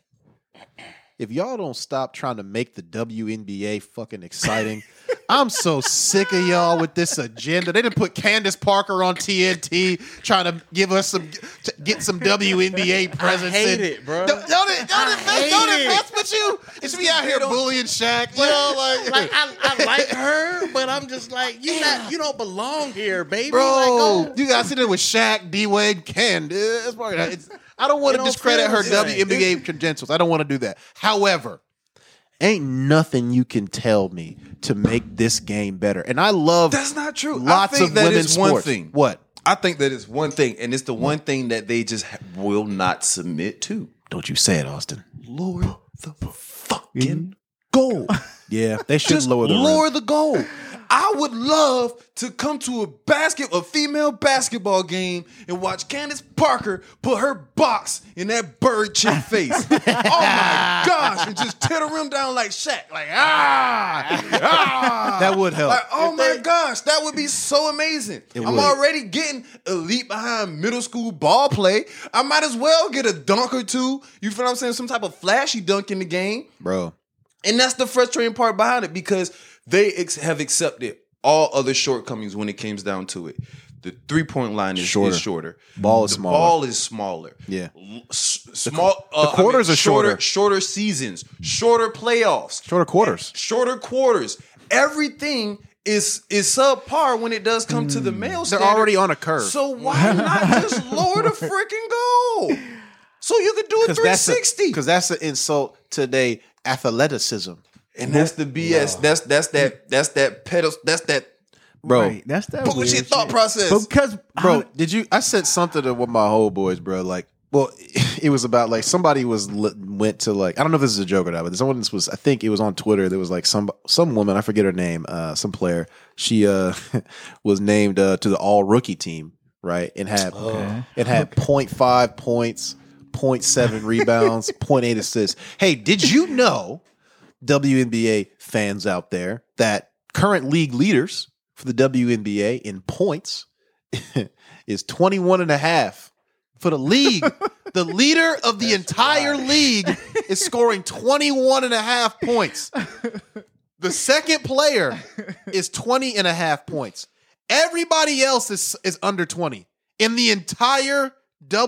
If y'all don't stop trying to make the WNBA fucking exciting, I'm so sick of y'all with this agenda. They didn't put Candace Parker on TNT trying to give us some to get some WNBA presence.
hate
and-
it, bro.
Don't, don't, it- don't invest,
hate
don't
it.
invest with you. It's me out here bullying Shaq. You know, like,
Like I, I like her, but I'm just like you. Not you don't belong here, baby.
Bro,
Like, oh,
you got to sit there with Shaq, D Wade, Ken. It's probably not- it's- I don't want
It
to
don't
discredit
feel
her
the same.
WNBA credentials. I don't want to do that. However, ain't nothing you can tell me to make this game better. And I love
That's not true.
Lots
I think
of
that
women's
is one
sports.
thing.
What?
I think that is one thing, and it's
Mm.
the one thing that they just ha- will not submit to.
Don't you say it, Austin?
Lord the fucking
Goal. Yeah, they should
just
Mm. lower the
lower
rim.
the goal. I would love to come to a basket, a female basketball game, and watch Candace Parker put her box in that bird chick face. oh my gosh! And just tear the rim down like Shaq, like ah, ah.
That would help.
Like, oh my gosh, that would be so amazing. I'm
would.
already getting elite behind middle school ball play. I might as well get a dunk or two. You feel what I'm saying? Some type of flashy dunk in the game.
Bro,
And that's the frustrating part behind it because they ex- have accepted all other shortcomings when it comes down to it. The three point line is is shorter.
Shorter. Ball is
the
smaller.
Ball is smaller.
Yeah.
L- s- small. uh, I mean,
quarters are shorter.
Shorter, shorter seasons. Shorter playoffs
shorter quarters.
shorter quarters. Everything is is subpar when it does come to the male.
They're
standard.
already on a curve.
So why not just lower the freaking goal? So you could do a
Because
three
that's
sixty.
because that's an insult to their athleticism,
And that's the BS. That's that's that that's that pedal. That's that
bro.
Right, that's that
bullshit
weird
thought
shit.
process.
Because
bro
bro,
did you i sent something to one of my whole boys bro like well it was about like somebody was li- went to like i don't know if this is a joke or not but someone was i think it was on twitter there was like some some woman i forget her name uh some player she uh was named uh to the all rookie team right and had and had 0.5 points 0.7 rebounds 0.8 assists hey did you know WNBA fans out there that current league leaders for the WNBA in points is 21 and a half for the league. the leader of the entire league is scoring 21 and a half points. The second player is 20 and a half points. Everybody else is is under 20. In the entire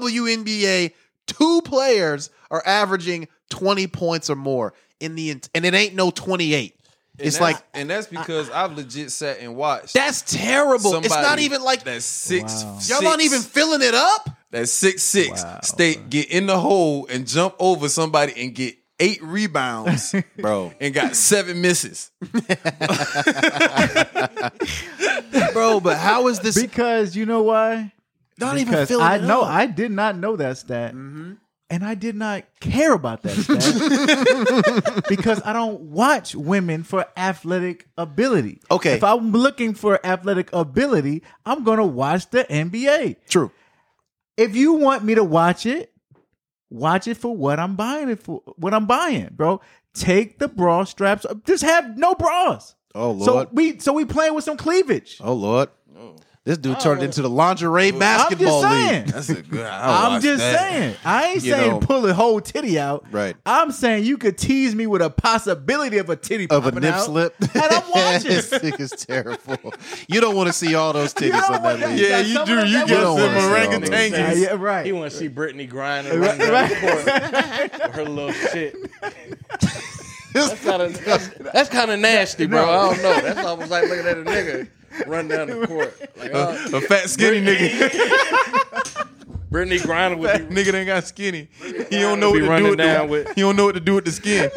WNBA, two players are averaging 20 points or more in the ent- and it ain't no 28. it's like
and that's because I've legit sat and watched.
that's terrible. It's not even like
that's six.
Wow.
y'all not even filling it up.
that six six
Wow,
state get in the hole and jump over somebody and get eight rebounds, bro, and got seven misses.
Bro, but how is this
because you know why?
not even
Because
filling
I
it
know
up? Mm-hmm.
I did not know that stat. And I did not care about that stat because I don't watch women for athletic ability.
Okay.
If I'm looking for athletic ability, I'm going to watch the NBA.
True.
If you want me to watch it, watch it for what I'm buying it for. What I'm buying, bro. Take the bra straps. up. Just have no bras.
Oh
So
lord.
we so we playing with some cleavage.
oh lord. This dude turned into the lingerie basketball
I'm just saying.
league.
That's a good. I'll
I'm
watch
just
that.
saying. I ain't
You
saying
know.
pull a whole titty out.
Right.
I'm saying you could tease me with a possibility of a titty
Of a
popping
nip
out,
slip.
and I'm watching.
this thing is terrible. You don't want to see all those
You
titties
don't
on that
want that.
league.
Yeah,
got
you
some
do.
of
You
that
got
don't
some
wanna see all those
orangutan
yeah,
things.
juice.
yeah, right.
He want to see Brittany grind
Right,
around the
right.
court with her little shit. That's kind of that's, that's kind of nasty, bro. I don't know. That's almost like looking at a nigga run down the court. Like, uh,
A fat skinny nigga.
Brittany grinder would be
nigga done got skinny. He don't know
Be
what to do
running
with
down
the,
with-
He don't know what to do with the skin.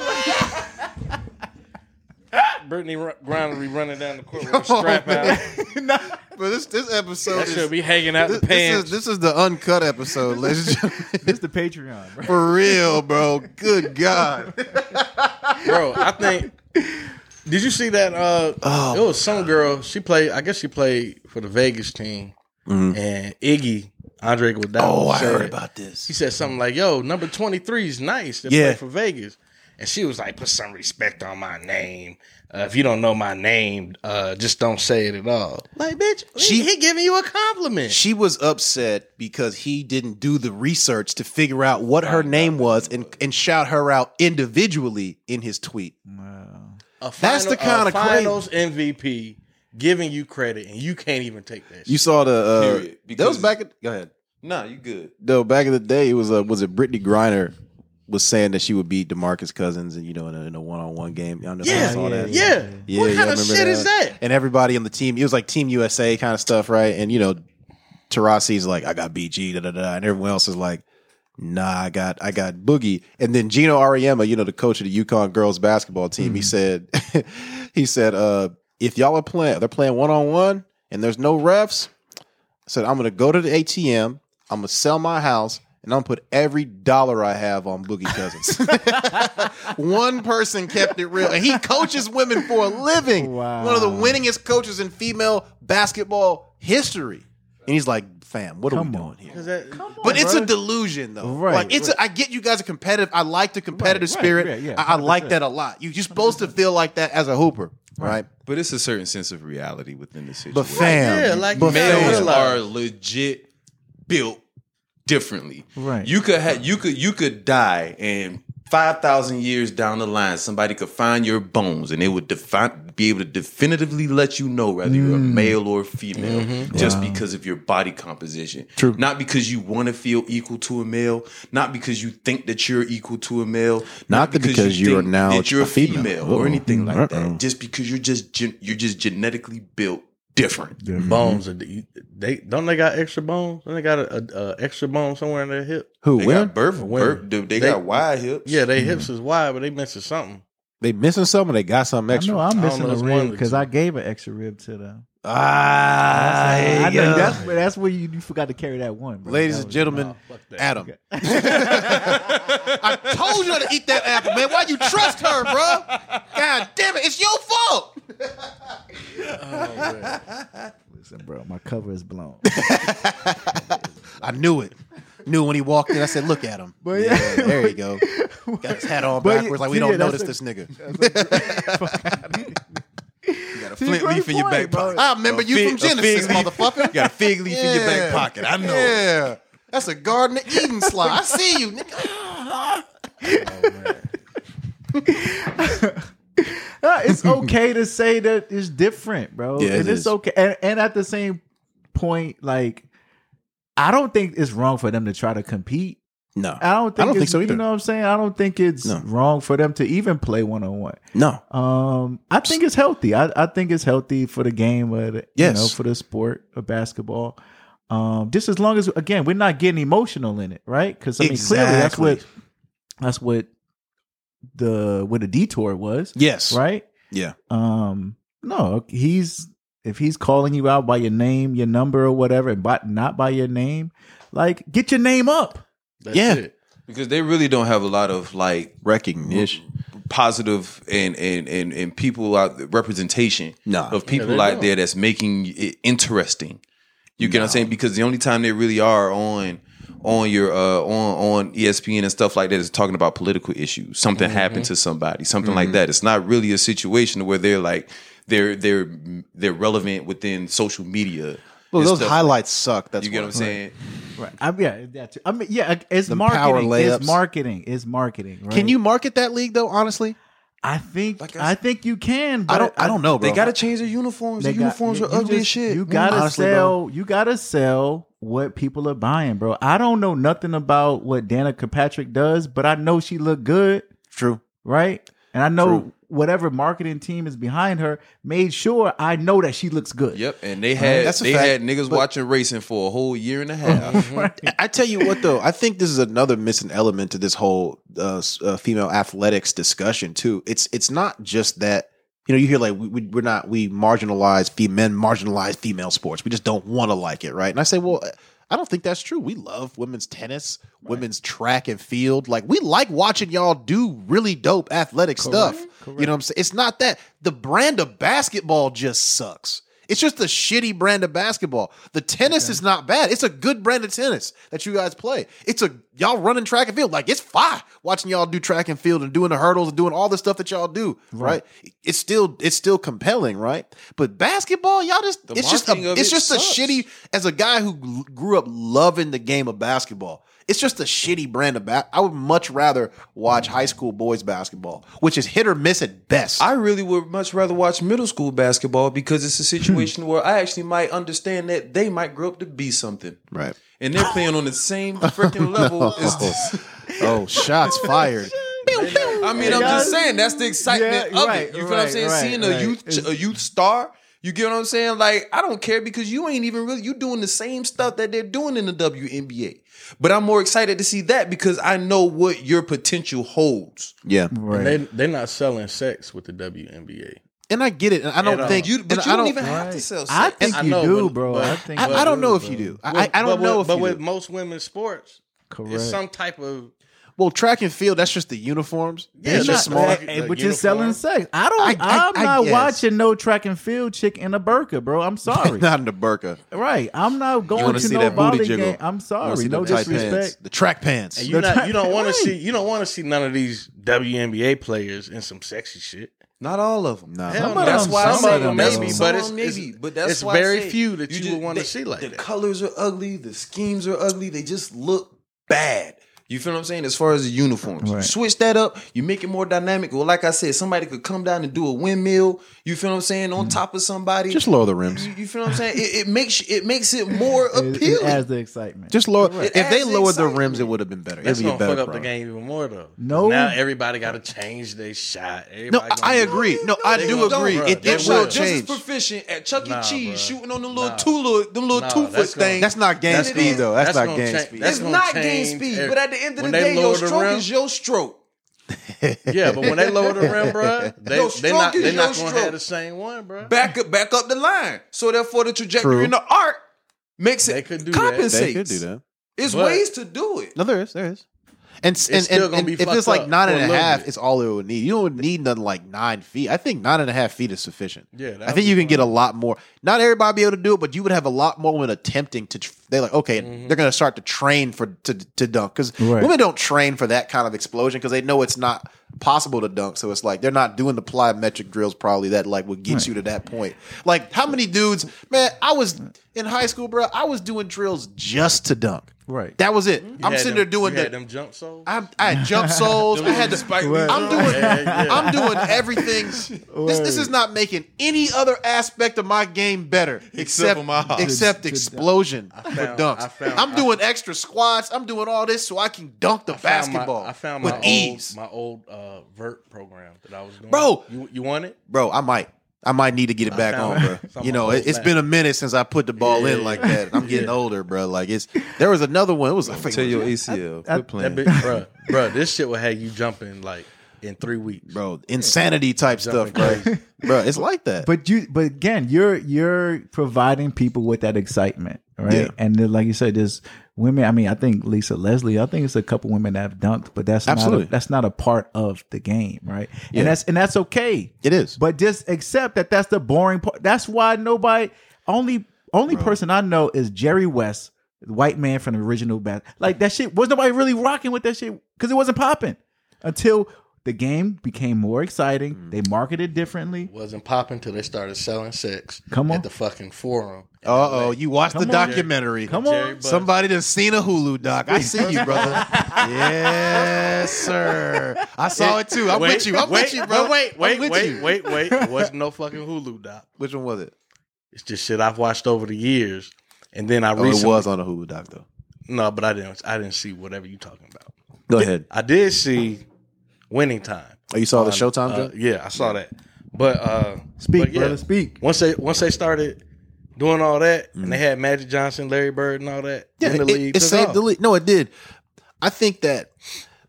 Brittany Ru- Griner be running down the court with her strap out.
But this this episode
That should
is
be hanging out
this,
the
this
pants.
is this is the uncut episode, ladies and gentlemen.
It's the Patreon, bro.
For real, bro. Good God.
bro. I think. Did you see that? Uh, it was some girl. She played. I guess she played for the Vegas team. And Iggy Andre Iguodala.
Oh, I
said-
heard about this.
He said something like, "Yo, number twenty three is nice. They
Yeah.
play for Vegas." And she was like, "Put some respect on my name. Uh, if you don't know my name, uh, just don't say it at all." Like, bitch, she
She-
he, he giving you a compliment.
She was upset because he didn't do the research to figure out what her name was and, and shout her out individually in his tweet.
a
That's the
final-
kinda
a finals MVP giving you credit, and you can't even take that.
You saw the uh,
Period.
that was
Because-
back. At, go ahead.
Nah, you good.
No, back in the day, it was uh, was it Brittany Griner was saying that she would beat Demarcus Cousins, and you know, in a, in a one-on-one game. I don't know if you
Yeah,
saw that.
yeah.
Yeah,
what
yeah,
kind
I
of
remember
shit is that?
And everybody on the team, it was like Team USA kind of stuff, right? And you know, Tarasi's like, I got BG, da da da, and everyone else is like, Nah, I got I got Boogie. And then Gino Ariema, you know, the coach of the Yukon girls basketball team, he
Mm-hmm.
said, he said, uh, if y'all are playing, they're playing one on one, and there's no refs. I said I'm gonna go to the ATM, I'm gonna sell my house. And I'm gonna put every dollar I have on Boogie Cousins. One person kept it real, and he coaches women for a living.
Wow.
One of the winningest coaches in female basketball history. And he's like, "Fam, what are we
Come
doing
on.
here?"
Is that-
But it's
bruh.
a delusion, though.
Right,
Like it's. A, I get you guys are competitive. I like the competitive
right,
spirit.
yeah, yeah,
I, I like
100%.
that a lot. You, you're supposed to feel like that as a hooper, right?
But it's a certain sense of reality within the situation.
But fam,
yeah, like,
but
you gotta
fam,
males
realize-
are legit built differently.
Right.
You could have you could you could die and five thousand years down the line, somebody could find your bones and they would define be able to definitively let you know whether you're a
Mm.
male or female just because of your body composition. True. Not because you want to feel equal to a male, not because you think that you're equal to a male,
Not because you are
think
now
that you're
a female.
or
Uh-uh.
anything like
Uh-uh.
that. Just because you're just gen- you're just genetically built different.
Bones, are, you- they don't they got extra bones? Don't they got a, a, a extra bone somewhere in their hip?
who
They
win?
got birth,
Women.
birth- dude, they,
They-
got wide hips.
Yeah, they hips
Mm.
is wide, but they missing something.
They missing something. They got something
I
extra.
know I'm
know,
missing a
it's one
rib
or
because
two.
I gave an extra rib to them.
ah,
I
yeah.
know that's where that's where you, you forgot to carry that one, bro.
ladies
That
and
was-
gentlemen,
fuck that.
Adam. I told you to eat that apple, man. Why you trust her, bro? God damn it, it's your fault.
Listen, bro, my cover is blown.
I knew it. Knew when he walked in. I said, "Look at him."
But
yeah,
yeah.
there you go. Got his hat on
But yeah,
backwards, like we
see,
don't
yeah,
notice
that's
this nigga.
got a
See,
flint
great
leaf in your
point,
back
bro.
pocket.
I remember
A
you
fig-
from
a fig
Genesis,
leaf.
motherfucker.
You got a fig leaf in your
Yeah.
back pocket. I know.
Yeah, that's a Garden of Eden slide. I see you, nigga.
No, it's okay to say that it's different, bro.
Yeah, it
and it's
is.
okay. And, and at the same point, like, I don't think it's wrong for them to try to compete.
No,
I don't think,
I don't think
it's-
so either.
You know what I'm saying? I don't think it's
No.
wrong for them to even play one on one.
no.
Um, I think it's healthy. I, I think it's healthy for the game of the,
Yes.
you know, for the sport of basketball. Um, just as long as again we're not getting emotional in it, right? Because I mean, clearly that's what that's what the what the detour was,
Yes,
right?
Yeah,
um no he's if he's calling you out by your name your number or whatever and by, not by your name like get your name up
That's
Yeah.
it.
because they really don't have a lot of like
Recognition.
positive and and and, and people out representation
Nah.
of people
they
out
don't.
there that's making it interesting. You get what I'm saying? Because the only time they really are on on your uh on on ESPN and stuff like that is talking about political issues. Something happened to somebody, something like that. It's not really a situation where they're like they're they're they're relevant within social media.
Well,
and
those
stuff.
highlights suck. That's
You get what I'm saying?
Right. I, yeah, that too. I mean, yeah, it's
Them power
marketing.
layups.
It's marketing. It's marketing. Right?
Can you market that league though? Honestly,
I think.
Like I
I,
said-
think you can. But
I don't. I don't know, bro.
They got to change their uniforms.
They
Their
got-
uniforms
you-
are
you
ugly as
just-
shit. Mm-hmm.
You gotta
Honestly, bro.
sell. You gotta sell what people are buying, bro. I don't know nothing about what Danica Patrick does, but I know she looked good,
True.
right? And I know
True.
whatever marketing team is behind her made sure I know that she looks good.
Yep, and they had
that's a
they
fact,
had niggas
but-
watching racing for a whole year and a half.
I- I tell you what, though, I think this is another missing element to this whole uh, s- uh, female athletics discussion too. It's it's not just that you know you hear like we, we we're not we marginalize fem men marginalize female sports. We just don't want to like it, right? And I say, well. I don't think that's true. We love women's tennis, women's track and field. Like we like watching y'all do really dope athletic stuff. You know what I'm saying? It's not that the brand of basketball just sucks. It's just a shitty brand of basketball. The tennis is not bad. It's a good brand of tennis that you guys play. It's a y'all running track and field like it's fine watching y'all do track and field and doing the hurdles and doing all the stuff that y'all do. Right? It's still it's still compelling, right? But basketball, y'all just it's just
marketing
a,
of
it's
it
just
sucks.
a shitty as a guy who l- grew up loving the game of basketball. It's just a shitty brand of ba- I would much rather watch high school boys basketball, which is hit or miss at best.
I really would much rather watch middle school basketball because it's a situation where I actually might understand that they might grow up to be something,
right.
and they're playing on the same freaking level. as this.
Oh, shots fired.
I mean, I'm just saying that's the excitement
Yeah,
of
right,
it. You feel what I'm
right,
saying?
right,
Seeing a
right.
youth
It's-
a youth star. You get what I'm saying? Like I don't care because you ain't even really you doing the same stuff that they're doing in the WNBA. But I'm more excited to see that because I know what your potential holds.
Yeah.
Right.
They they're not selling sex with the WNBA.
And I get it. And I don't
all.
think
You,
and
but you
I
don't,
don't
even have to
Right.
sell.
I
sex.
think
I
you
know,
do,
but-
bro.
but-
I think.
I,
you
I don't
do,
know if
bro.
you do.
Well,
I, I don't
but
know
with,
if
But
you
with
do.
most women's sports,
Correct.
it's some type of
Well, track and field, that's just the uniforms.
Yeah,
it's just
not-
small.
that-
Hey,
the
but you're selling
uniform.
sex. I don't.
I- I-
I, am
I
not
guess.
watching no track and field chick in a burqa, bro. I'm sorry.
Not in the burqa.
right. I'm not going
wanna
to
see
no
that booty
volley
jiggle.
game. I'm
I wanna see
sorry.
them
No
tight pants.
disrespect.
The track pants.
And
They're
you not
trying-
you don't want to
Right.
see you don't want to see none of these WNBA players in some sexy shit.
Not all of them.
Nah.
Hell
Some
no.
of
That's
them-
why
some
some
of
of them
them,
maybe,
though.
but it's it's, it's
why I
very
say
few that you,
just-
would want
they-
to see like
the
that.
colors are ugly. The schemes are ugly. They just look bad. You feel what I'm saying? As far as the uniforms, you
Right.
switch that up. You make it more dynamic. Well, like I said, somebody could come down and do a windmill. You feel what I'm saying?
Mm.
On top of somebody.
Just lower the rims.
you, you feel what I'm saying? It, it makes it makes it more
It, it
appealing.
adds the excitement.
Just lower. If
adds
they lowered the
excitement.
rims, it would have been better.
That's
It'd be
gonna
a better
fuck up the
product.
game even more though.
No.
now everybody got to change their shot. Everybody
No,
gonna
I
be-
agree. No, I
They
do
gonna-
agree.
Bruh,
It,
they
it
will.
will
just as
change.
proficient at Chuck E.
Nah,
Cheese
bruh.
shooting on them little
Nah.
two little them little
Nah,
two foot
that's gonna-
things.
That's not game
That's
speed
gonna-
though. That's,
that's
not
gonna
game
change-
speed.
that's
it's
gonna
not game
change
speed,
every-
but at the end of the
when they
day, your
lower the
stroke
rim-
is your stroke.
Yeah, but when they lower the rim, bro,
Yo,
they they
stroke
not
is
they
your
not gonna
stroke.
have the same one, bro.
Back up, back up the line. So therefore, the trajectory
True.
and the arc makes it
They could do that.
compensates.
they could do that.
It's
But-
ways to do it.
No, there is. There is. And and,
still
and,
gonna
and
be
if it's
fucked
like
up
nine
for
and
a
a
little
half,
bit.
it's all it would need. You don't need nothing like nine feet. I think nine and a half feet is sufficient.
Yeah, that
I
would
think you
be
can get a lot more. Not everybody be able to do it, but you would have a lot more when attempting to. tr- They're like, okay,
Mm-hmm.
they're going to start to train for to to dunk because
Right.
women don't train for that kind of explosion because they know it's not possible to dunk. So it's like they're not doing the plyometric drills probably that like would get you to that point. Like how many dudes, man? I was in high school, bro. I was doing drills just to dunk.
Right.
That was it. I'm
You had
sitting
them-
there doing
you had
that.
them jump soles.
I, I had jump soles. I had to.
Spike Lee
Right.
I'm
Jones.
doing.
Yeah, yeah.
I'm doing everything. This this is not making any other aspect of my game better except
for my hops.
except
To- to
explosion for
found-
dunks.
I found-
I'm doing extra squats. I'm doing all this so I can dunk the
found my-
basketball
I found my
with
old,
ease,
my old uh, vert program that I was doing.
Bro.
you you want it?
bro. I might. I might need to get it back
found-
on, bro.
I found
You
my
know, it,
old
it's
back.
been a minute since I put the ball in like that. I'm getting older, bro. Like it's there was another one. It was I forget
Tell
what it
your ACL. Quit
That
playing.
bitch, bro, bro. This shit will have you jumping like in three weeks.
bro. Insanity type stuff, bro. bro, it's like that.
But you, but again, you're you're providing people with that excitement, right?
Yeah.
And then, like you said, this women. I mean, I think Lisa Leslie. I think it's a couple women that have dunked, but that's
Absolutely.
not a, that's not a part of the game, right?
Yeah.
And that's and that's okay.
It is.
But just accept that that's the boring part. That's why nobody only only person I know is Jerry West, the white man from the original bat. Like that shit was nobody really rocking with that shit because it wasn't popping until the game became more exciting.
Mm.
They marketed differently.
Wasn't popping till they started selling sex.
Come on.
at the fucking forum.
Uh oh, you watched the
Come on.
documentary.
Come on.
Buzz.
Somebody done seen a Hulu doc. I see you, brother. yes, sir. I saw it too. I'm with you. I'm
wait,
with you, bro.
no, Wait,
I'm
wait,
with
wait,
you.
wait, wait, It Wasn't no fucking Hulu doc.
Which one was it?
It's just shit I've watched over the years, and then I
Oh,
recently
it was on a Hulu doc though.
no, but I didn't. I didn't see whatever you talking about.
Go ahead.
I did see Winning Time.
Oh, you saw the
on,
Showtime
uh,
joint?
Yeah, I saw that. But uh
Speak,
but yeah,
brother, speak.
Once they once they started doing all that, and they had Magic Johnson, Larry Bird, and all that. then the
it,
league
it
took
saved
off.
the league. No, it did. I think that,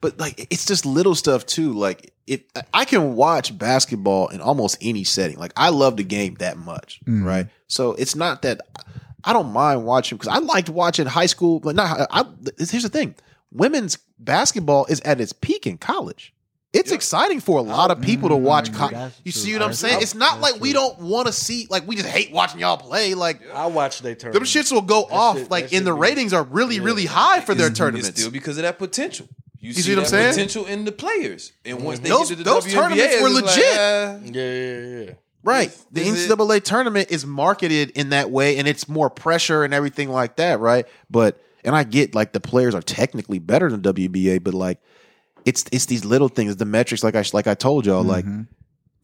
but like it's just little stuff too. Like it, I can watch basketball in almost any setting. Like I love the game that much,
Mm-hmm.
right? So it's not that I don't mind watching because I liked watching high school. But not I, here's the thing: women's basketball is at its peak in college. It's exciting for a lot of people
Mm-hmm.
to watch.
Mm,
co-
that's
you
true.
see what I'm
That's
saying?
true.
It's not like we don't want to see. Like we just hate watching y'all play. Like
I watched they turn.
them shits will go off.
shit-
like,
that
and the
shit be-
ratings are really, really high for their
It's-
tournaments.
It's still because of that potential. You,
see
see,
what I'm
that
saying?
Potential in the players, and once they
Those-
get to the
those
WNBA,
tournaments were
it's like,
legit.
uh,
Yeah, yeah, yeah.
right.
Is-
The
is it-
NCAA tournament is marketed in that way, and it's more pressure and everything like that, right? But and I get like the players are technically better than WBA, but like it's it's these little things, the metrics, like I like I told y'all, like
Mm-hmm.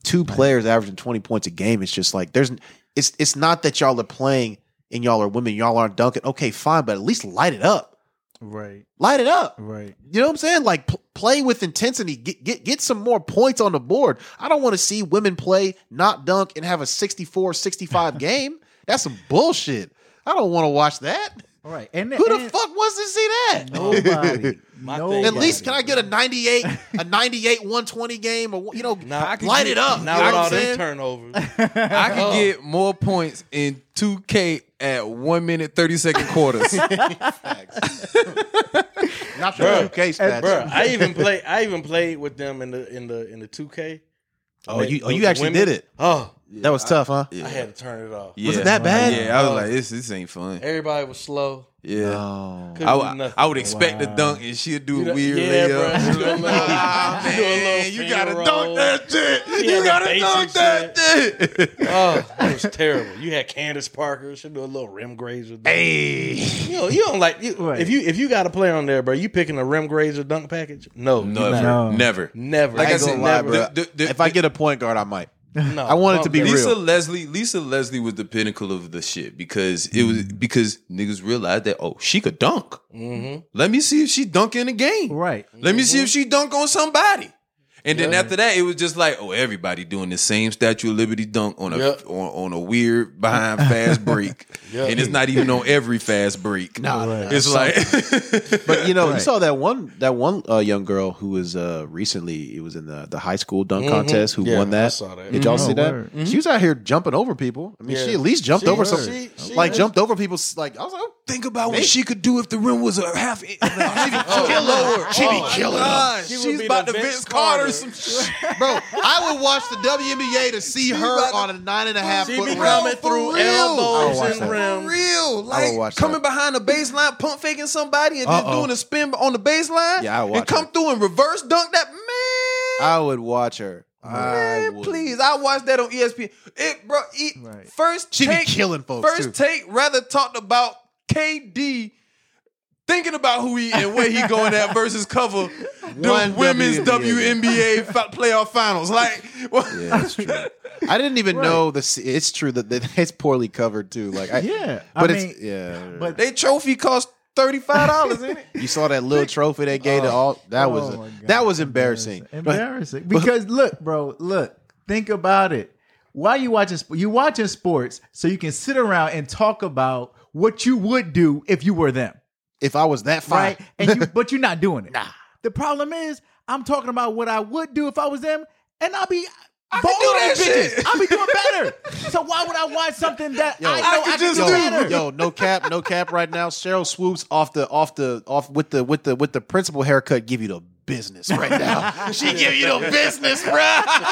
two players averaging twenty points a game. It's just like there's it's it's not that y'all are playing and y'all are women, y'all aren't dunking. Okay, fine, but at least light it up,
Right,
light it up.
right.
You know what I'm saying? Like p- play with intensity. Get get get some more points on the board. I don't want to see women play, not dunk, and have a 64, 65 game. That's some bullshit. I don't want to watch that.
All right. And
Who the
and
fuck wants to see that?
Nobody.
My
nobody.
thing
At least can I get a 98, a 98, 120 game or you know,
Now- I could
light
get-
it up.
Now
you know
with
what
all
I'm
them
saying?
turnovers,
I could get more points in 2K at one minute thirty second quarters.
Not your
Bruh.
2K stats.
bro. I even play. I even played with them in the in the in the two K.
Oh, you- oh, you actually did it.
Oh,
that was tough, huh?
I had to turn it off.
yeah.
Was it that bad?
Yeah, I was like, this this ain't fun.
Everybody was slow.
Yeah.
Oh.
Couldn't
I,
do
would-
nothing.
I would expect a dunk and she'd do a weird
yeah,
layup.
bruh. She do a little-
Ah,
she do a little
man, you
finger
gotta
roll.
dunk that shit.
had
you
the
gotta
basic
dunk that shit.
Oh, it was terrible. You had Candace Parker. She do a little rim grazer. dunk.
hey.
You, know, you don't like you,
Right.
if you if you got a player on there, bro. You picking a rim grazer dunk package? No,
Never.
No.
Never.
never.
Like I,
ain't
said,
gonna lie,
never.
bro.
the- the-
If I
the-
get a point guard, I might.
No,
I want it to be real.
fuck that.
Lisa Leslie, Lisa Leslie was the pinnacle of the shit because it was
Mm.
because niggas realized that oh she could dunk.
Mm-hmm.
Let me see if she dunk in the game.
Right.
Let me see if she dunk on somebody. And then after that, it was just like oh everybody doing the same Statue of Liberty dunk on a
Yeah.
on, on a weird behind fast break, and it's not even on every fast break.
Nah, nah,
it's like
But you know, you saw that one that one uh, young girl who was uh, recently it was in the the high school dunk contest who
Mm-hmm. Yeah,
won that.
I saw that. Mm-hmm.
Did y'all
Mhm.
see
Oh,
that?
word.
She was out here jumping over people. I mean,
Yeah.
she at least jumped
She-
over
she-
some,
she-
like
she-
jumped over people's. Like I was like, oh,
think about what she could do if the rim was a half. Oh, inch.
killing, she
Oh,
be killing. them.
God,
She would
she's
be
about
the
to
Vince
Vince Carter
Carter.
some shit.
bro. I would watch the WNBA to see her
about to-
on a nine and a half
She
foot
be
rim.
coming
Oh, For
through
I
real.
watch
elbows
that.
and
For
rims.
real.
I would
Like
watch that.
coming behind the baseline, pump faking somebody, and
Uh-oh.
then doing a spin on the baseline.
Yeah, I would watch
and come
that.
through and reverse dunk that man.
I would watch her. I
man,
would.
please. I watched that on E ESPN. It bro. E,
Right.
First
She be
take,
killing folks,
First take rather talked about KD. Thinking about who he and where he going at versus cover the
One
women's
WNBA.
WNBA fi- playoff finals. Like, what?
Yeah, that's true. I didn't even know this. It's true that that it's poorly covered too. Like, I,
Yeah, I
but
mean,
it's yeah.
but-
they trophy cost thirty five dollars in it.
You saw that little trophy they gave to all. That was
Oh my God.
that was embarrassing.
Embarrassing. Because look, bro, look, think about it. Why you watching sp- you watching sports so you can sit around and talk about what you would do if you were them.
If I was that fine,
Right? And you but you're not doing it. Nah. The problem is I'm talking about what I would do if I was them, and I'll be I
can do that
bitches.
shit.
I'll be doing better. So why would I watch something that I know
I
I
could
can,
just
do
do-
better?
Yo, no cap, no cap right now. Cheryl swoops off the off the off with the with the with the principal haircut give you the business right now. she give you the business, bruh.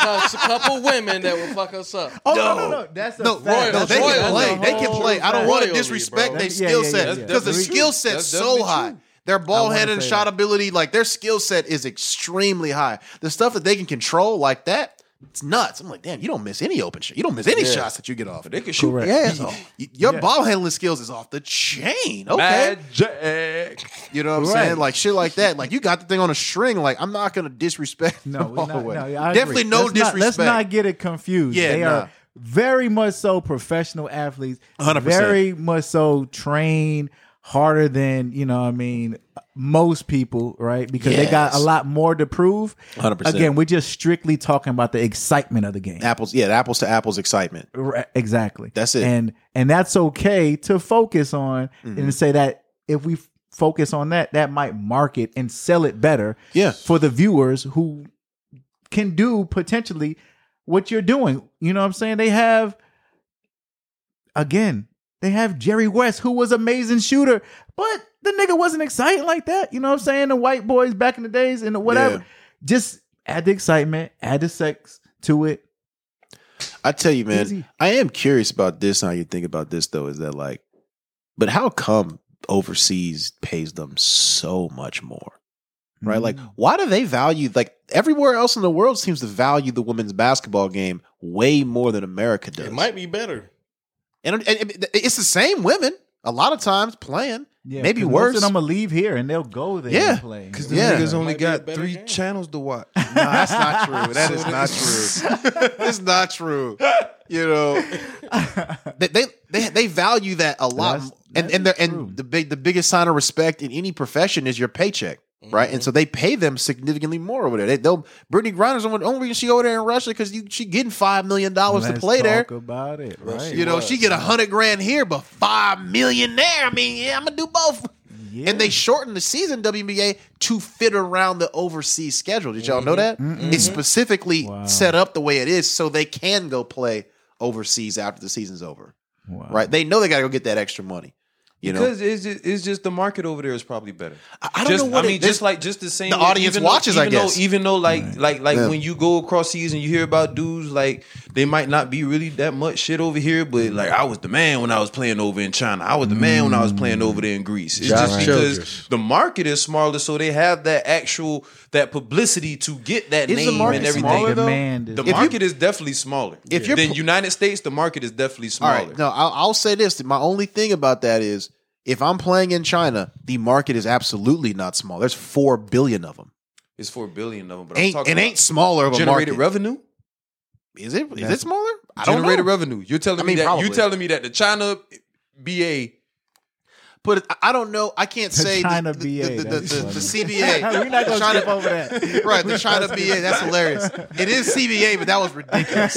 There's a couple women that will fuck us up.
Oh no, no, no. That's a
No,
fact.
no, they
Royals,
can play.
that's
They
a
can
whole
play. I don't want to
royalty,
disrespect
bro.
their
Yeah, yeah,
skill
yeah,
set
yeah.
because the
That's
skill
true.
set's
That's
so
definitely
high.
true.
Their ball
wanna
head and
say
shot
that.
ability, like their skill set is extremely high. The stuff that they can control like that, it's nuts. I'm like, damn, you don't miss any open shot. You don't miss any shots that you get off.
They can shoot.
Correct.
Yeah, so your
Yeah.
ball handling skills is off the chain. Okay,
Magic.
you know what I'm
Right.
saying? Like shit, like that. Like you got the thing on a string. Like I'm not gonna disrespect.
No,
them
we're
all
not,
the way.
no yeah, I
definitely
agree.
no
let's
disrespect.
Not, let's not get it confused.
Yeah,
they
nah.
are very much so professional athletes.
100%.
Very much so trained harder than you know. what I mean, most people, right? Because they got a
Yes.
lot more to prove.
100%.
Again, we're just strictly talking about the excitement of the game.
apples, yeah, apples to apples excitement.
Right, exactly.
That's it. Mm-hmm.
And and that's okay to focus on and say that if we f- focus on that, that might market and sell it better.
Yeah.
For the viewers who can do potentially what you're doing. You know what I'm saying? They have again, they have Jerry West, who was amazing shooter, but the nigga wasn't exciting like that. You know what I'm saying? The white boys back in the days and the whatever.
Yeah.
Just add the excitement, add the sex to it.
I tell you, man,
Easy.
I am curious about this. and How you think about this though? Is that like, but how come overseas pays them so much more? Right? Like,
Mm.
why do they value like everywhere else in the world seems to value the women's basketball game way more than America does?
It might be better.
and, and- and it's the same women a lot of times playing,
Yeah,
maybe
'cause
worse.
Most of them will leave here and they'll go there.
Yeah,
and play.
Because the
Yeah.
niggas only
Might be a
got
better
three
game.
channels to watch.
No, that's not true. That is
So
not true. It's not true. You know, they they they, they value that a lot,
That's-
and
that
and they're,
is true.
and the big the biggest sign of respect in any profession is your paycheck. Right,
Mm-hmm.
and so they pay them significantly more over there. They, they'll Brittany Griner's the only reason she over there in Russia because you she getting five million dollars to
Let's
play there.
Talk about it,
Well,
right?
You know, she get a hundred grand here, but five million there. I mean, yeah, I'm gonna do both.
Yeah.
And they shortened the season WBA to fit around the overseas schedule. Did
Mm-hmm.
y'all know that? It's specifically
Wow.
set up the way it is so they can go play overseas after the season's over.
Wow.
Right? They know they gotta go get that extra money. You know,
Because it's just, it's just the market over there is probably better.
I- I don't
just,
know what
I
it-
mean.
this-
just like just the same.
the
way,
audience
even
watches,
Though,
I
even though-
guess.
even though like like like
Yeah.
when you go across seas and you hear about dudes like they might not be really that much shit over here, but like I was the man when I was playing over in China. I was the man when I was playing over there in Greece. It's
Josh
just because
Childress.
the market is smaller, so they have that actual that publicity to get that
Is the
name
market
and everything.
smaller, though?
Demand is-
the
If you-
market is definitely smaller.
If you're
than
pl-
United States, the market is definitely
all
smaller.
right. No, I'll, I'll say this. that My only thing about that is if I'm playing in China, the market is absolutely not small. There's four billion of them.
It's four billion of them, but
Ain't,
I'm
it
talking
ain't
about
smaller of a
generated
market.
revenue.
is it? Is it
That's-
smaller? I don't know.
generated revenue. You're telling
I mean,
me that
probably.
you're telling me that the China BA
But I- I don't know. I can't say the-
China
the,
BA,
The, the,
that's
the-
funny.
the CBA.
We're not gonna
China-
skip over that.
Right, the China BA. That's hilarious. It is CBA, but that was ridiculous.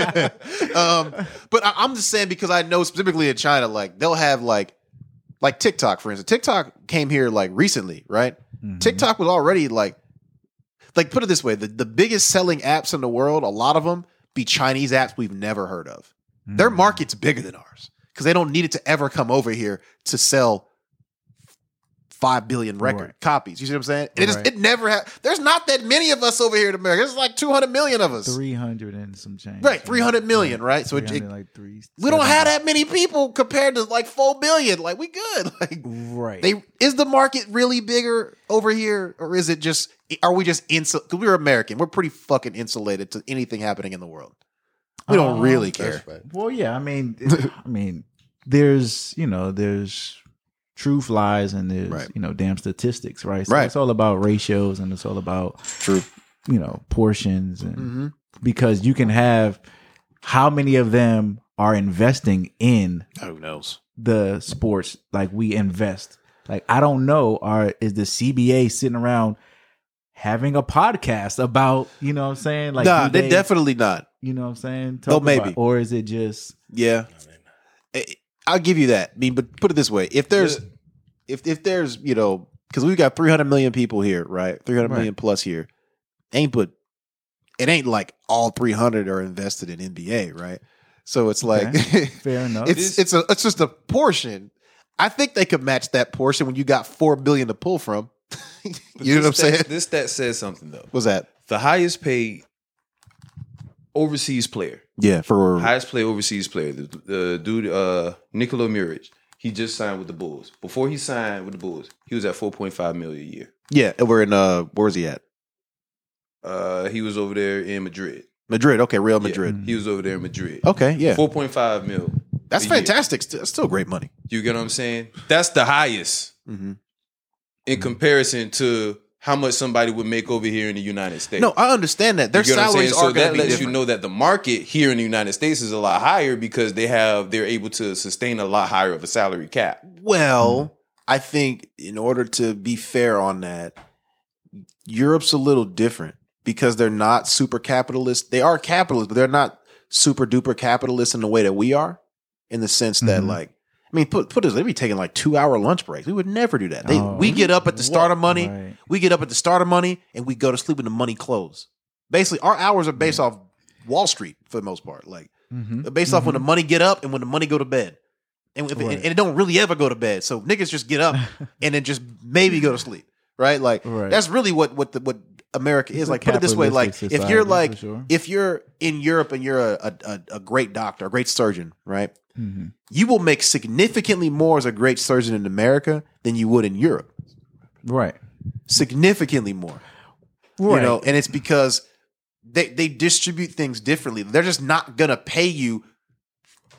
um, but I, I'm just saying because I know specifically in China, like they'll have like like TikTok, for instance. TikTok came here like recently, right?
Mm-hmm.
TikTok was already like like put it this way: the, the biggest selling apps in the world, a lot of them be Chinese apps we've never heard of. Their market's bigger than ours because they don't need it to ever come over here to sell five billion record
Right.
copies. You see what I'm saying? It just
Right.
it never ha- There's not that many of us over here in America. There's like 200 million of us.
three hundred and some change.
Right, 300 million, right? So it-
300,
it-
like three.
we don't have that many people compared to like four billion. Like we good. Like
Right.
they is the market really bigger over here, or is it just are we just insul? Because we're American, we're pretty fucking insulated to anything happening in the world. We don't
Uh,
really
That's
care.
right.
well, yeah. I mean, it- I mean, there's you know, there's truth lies and there's
Right.
you know, damn statistics, right? So
Right.
It's all about ratios and it's all about
True. Mm-hmm.
you know portions and because you can have how many of them are investing in
Who knows?
the sports like we invest like i don't know are is the cba sitting around having a podcast about you know what i'm saying like
nah,
do
they definitely not.
you know what i'm saying
Oh,
Talk about-
maybe.
or is it just
Yeah, I- I'll give you that. I mean, but put it this way: if there's, if if there's, you know, because we've got 300 million people here, right? 300 million plus here. Ain't but it ain't like all 300 are invested in NBA, right? So it's like
Fair enough.
It's it's a it's just a portion. I think they could match that portion when you got 4 billion to pull from. you know what I'm
This stat-
saying?
This stat says something though.
What's that?
The highest paid overseas player,
Yeah, for
highest paid overseas player, the, the dude uh Nikola Muric, he just signed with the Bulls. Before he signed with the Bulls, he was at 4.5 million a year.
Yeah, we're in uh where's he at?
Uh he was over there in Madrid.
Madrid. Okay, Real
Yeah,
Madrid.
he was over there in Madrid.
Okay, Mm-hmm. Oh, yeah.
4.5 mil.
That's
a year.
fantastic. St- That's still great money.
You get what I'm saying? That's the highest
Mhm. Mm-hmm.
in comparison to how much somebody would make over here in the United States.
No, I understand that. Their
You get what I'm
salaries
saying?
are
so
going
that
to be
lets
different.
you know that the market here in the United States is a lot higher because they have they're able to sustain a lot higher of a salary cap. Hmm.
Well, I think in order to be fair on that, Europe's a little different because they're not super capitalist. They are capitalist, but they're not super duper capitalist in the way that we are, in the sense that
Mm-hmm.
Mhm.
like. I mean, put put this. They'd be taking like two hour lunch breaks. We would never do that. They,
Oh.
we get up at the start of money.
Right.
We get up at the start of money, and we go to sleep when the money close. Basically, our hours are
Mm.
based off Wall Street for the most part. Like
Mhm.
Mm-hmm. based off when the money get up and when the money go to bed. And, if it,
Right.
and it don't really ever go to bed. So niggas just get up and then just maybe go to sleep. Right? Like
Right.
that's really what what the, what America
It's
is.
a
Like put it this way, like
capitalistic
if you're
society,
like
for sure.
if you're in Europe and you're a, a, a- a great doctor, a great surgeon, right?
Mhm.
You will make significantly more as a great surgeon in America than you would in Europe.
Right.
Significantly more you know and it's because they they distribute things differently they're just not gonna pay you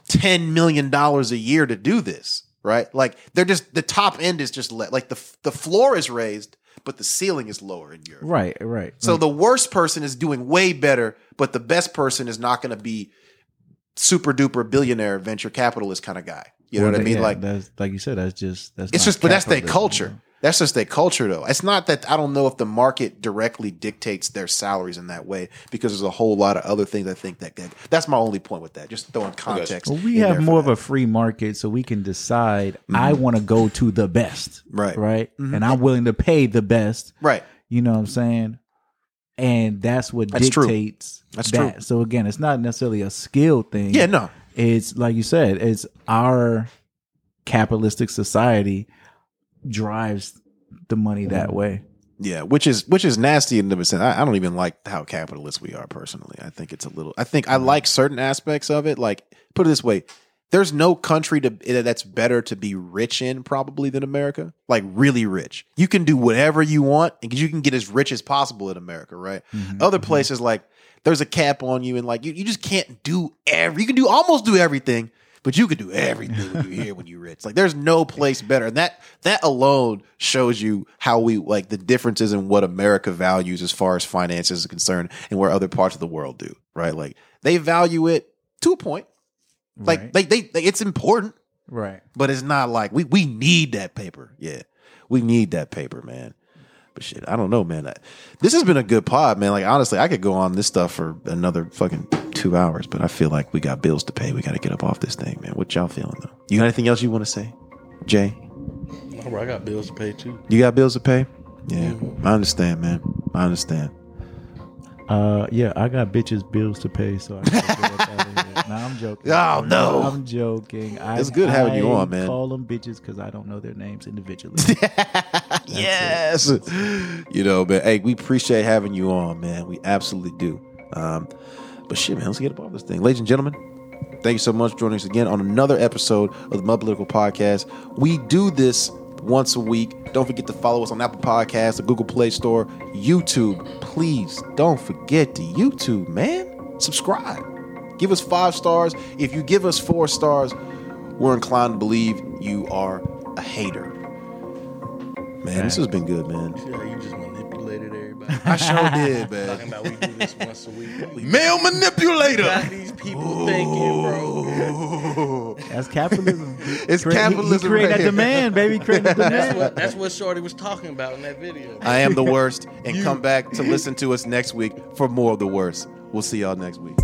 10 million dollars a year to do this right like they're just the top end is just let like the the floor is raised but the ceiling is lower in Europe
Right, right.
so
Like,
the worst person is doing way better but the best person is not gonna be super duper billionaire venture capitalist kind of guy you know
well,
what I
that-
mean
yeah,
like
that's like you said, that's just that's
it's
not
just, but that's their
Uh, capitalism.
culture. That's just their culture, though. It's not that I don't know if the market directly dictates their salaries in that way because there's a whole lot of other things I think that. that that's my only point with that. Just throwing context.
Well, we have more of a free market, so we can decide. I want to go to the best,
Mm-hmm. Right. Mm-hmm.
Right, and I'm willing to pay the best.
right.
You know what I'm saying? And that's what
That's true.
dictates
That's
that.
true.
So again, it's not necessarily a skill thing.
Yeah, no.
It's like you said, it's our capitalistic society drives the money
Mm.
that way.
Yeah, which is which is nasty in the sense. I, I don't even like how capitalist we are personally. I think it's a little. I think I
Mm-hmm.
like certain aspects of it. Like put it this way, there's no country to eh, that's better to be rich in probably than America. Like really rich, you can do whatever you want, and you can get as rich as possible in America, right? Other places like there's a cap on you, and like you, you just can't do every. You can do almost do everything. But you can do everything when you're here when you're rich. Like there's no place better. And that that alone shows you how we like the differences in what America values as far as finances is concerned and where other parts of the world do. Right? Like they value it to a point. Like
right.
they, they they it's important,
right.
but it's not like we we need that paper. Yeah. We need that paper, man. But shit, I don't know, man. I, this has been a good pod, man. Like honestly, I could go on this stuff for another fucking two hours, but I feel like we got bills to pay. We got to get up off this thing, man. What y'all feeling though? You got anything else you want to say, Jay?
Oh, bro, I got bills to pay too.
You got bills to pay? Yeah, I understand, man. I understand.
Uh, yeah, I got bitches bills to pay, so I gotta get up out of here. Nah, I'm joking.
Oh, no.
I'm joking. I,
It's good having you
I
on, man.
Call them bitches because I don't know their names individually.
yes. You know, man. Hey, we appreciate having you on, man. We absolutely do. Um, but shit, man, let's get up off this thing. Ladies and gentlemen, thank you so much for joining us again on another episode of the Mud Political Podcast. We do this once a week. Don't forget to follow us on Apple Podcasts, the Google Play Store, YouTube. Please don't forget to YouTube, man. Subscribe. Give us five stars. If you give us four stars, we're inclined to believe you are a hater. Man, this has been good, man.
Yeah, you just manipulated everybody.
I sure did,
Talking
man.
about we do this once a week. We
Male manipulator.
got these people thinking, bro.
That's capitalism.
It's
Cre- he-
capitalism
He, created
right
that
here.
demand, baby. Creating the
That's
demand.
what that's what Shorty was talking about in that video.
I am the worst, and come back to listen to us next week for more of the worst. We'll see y'all next week.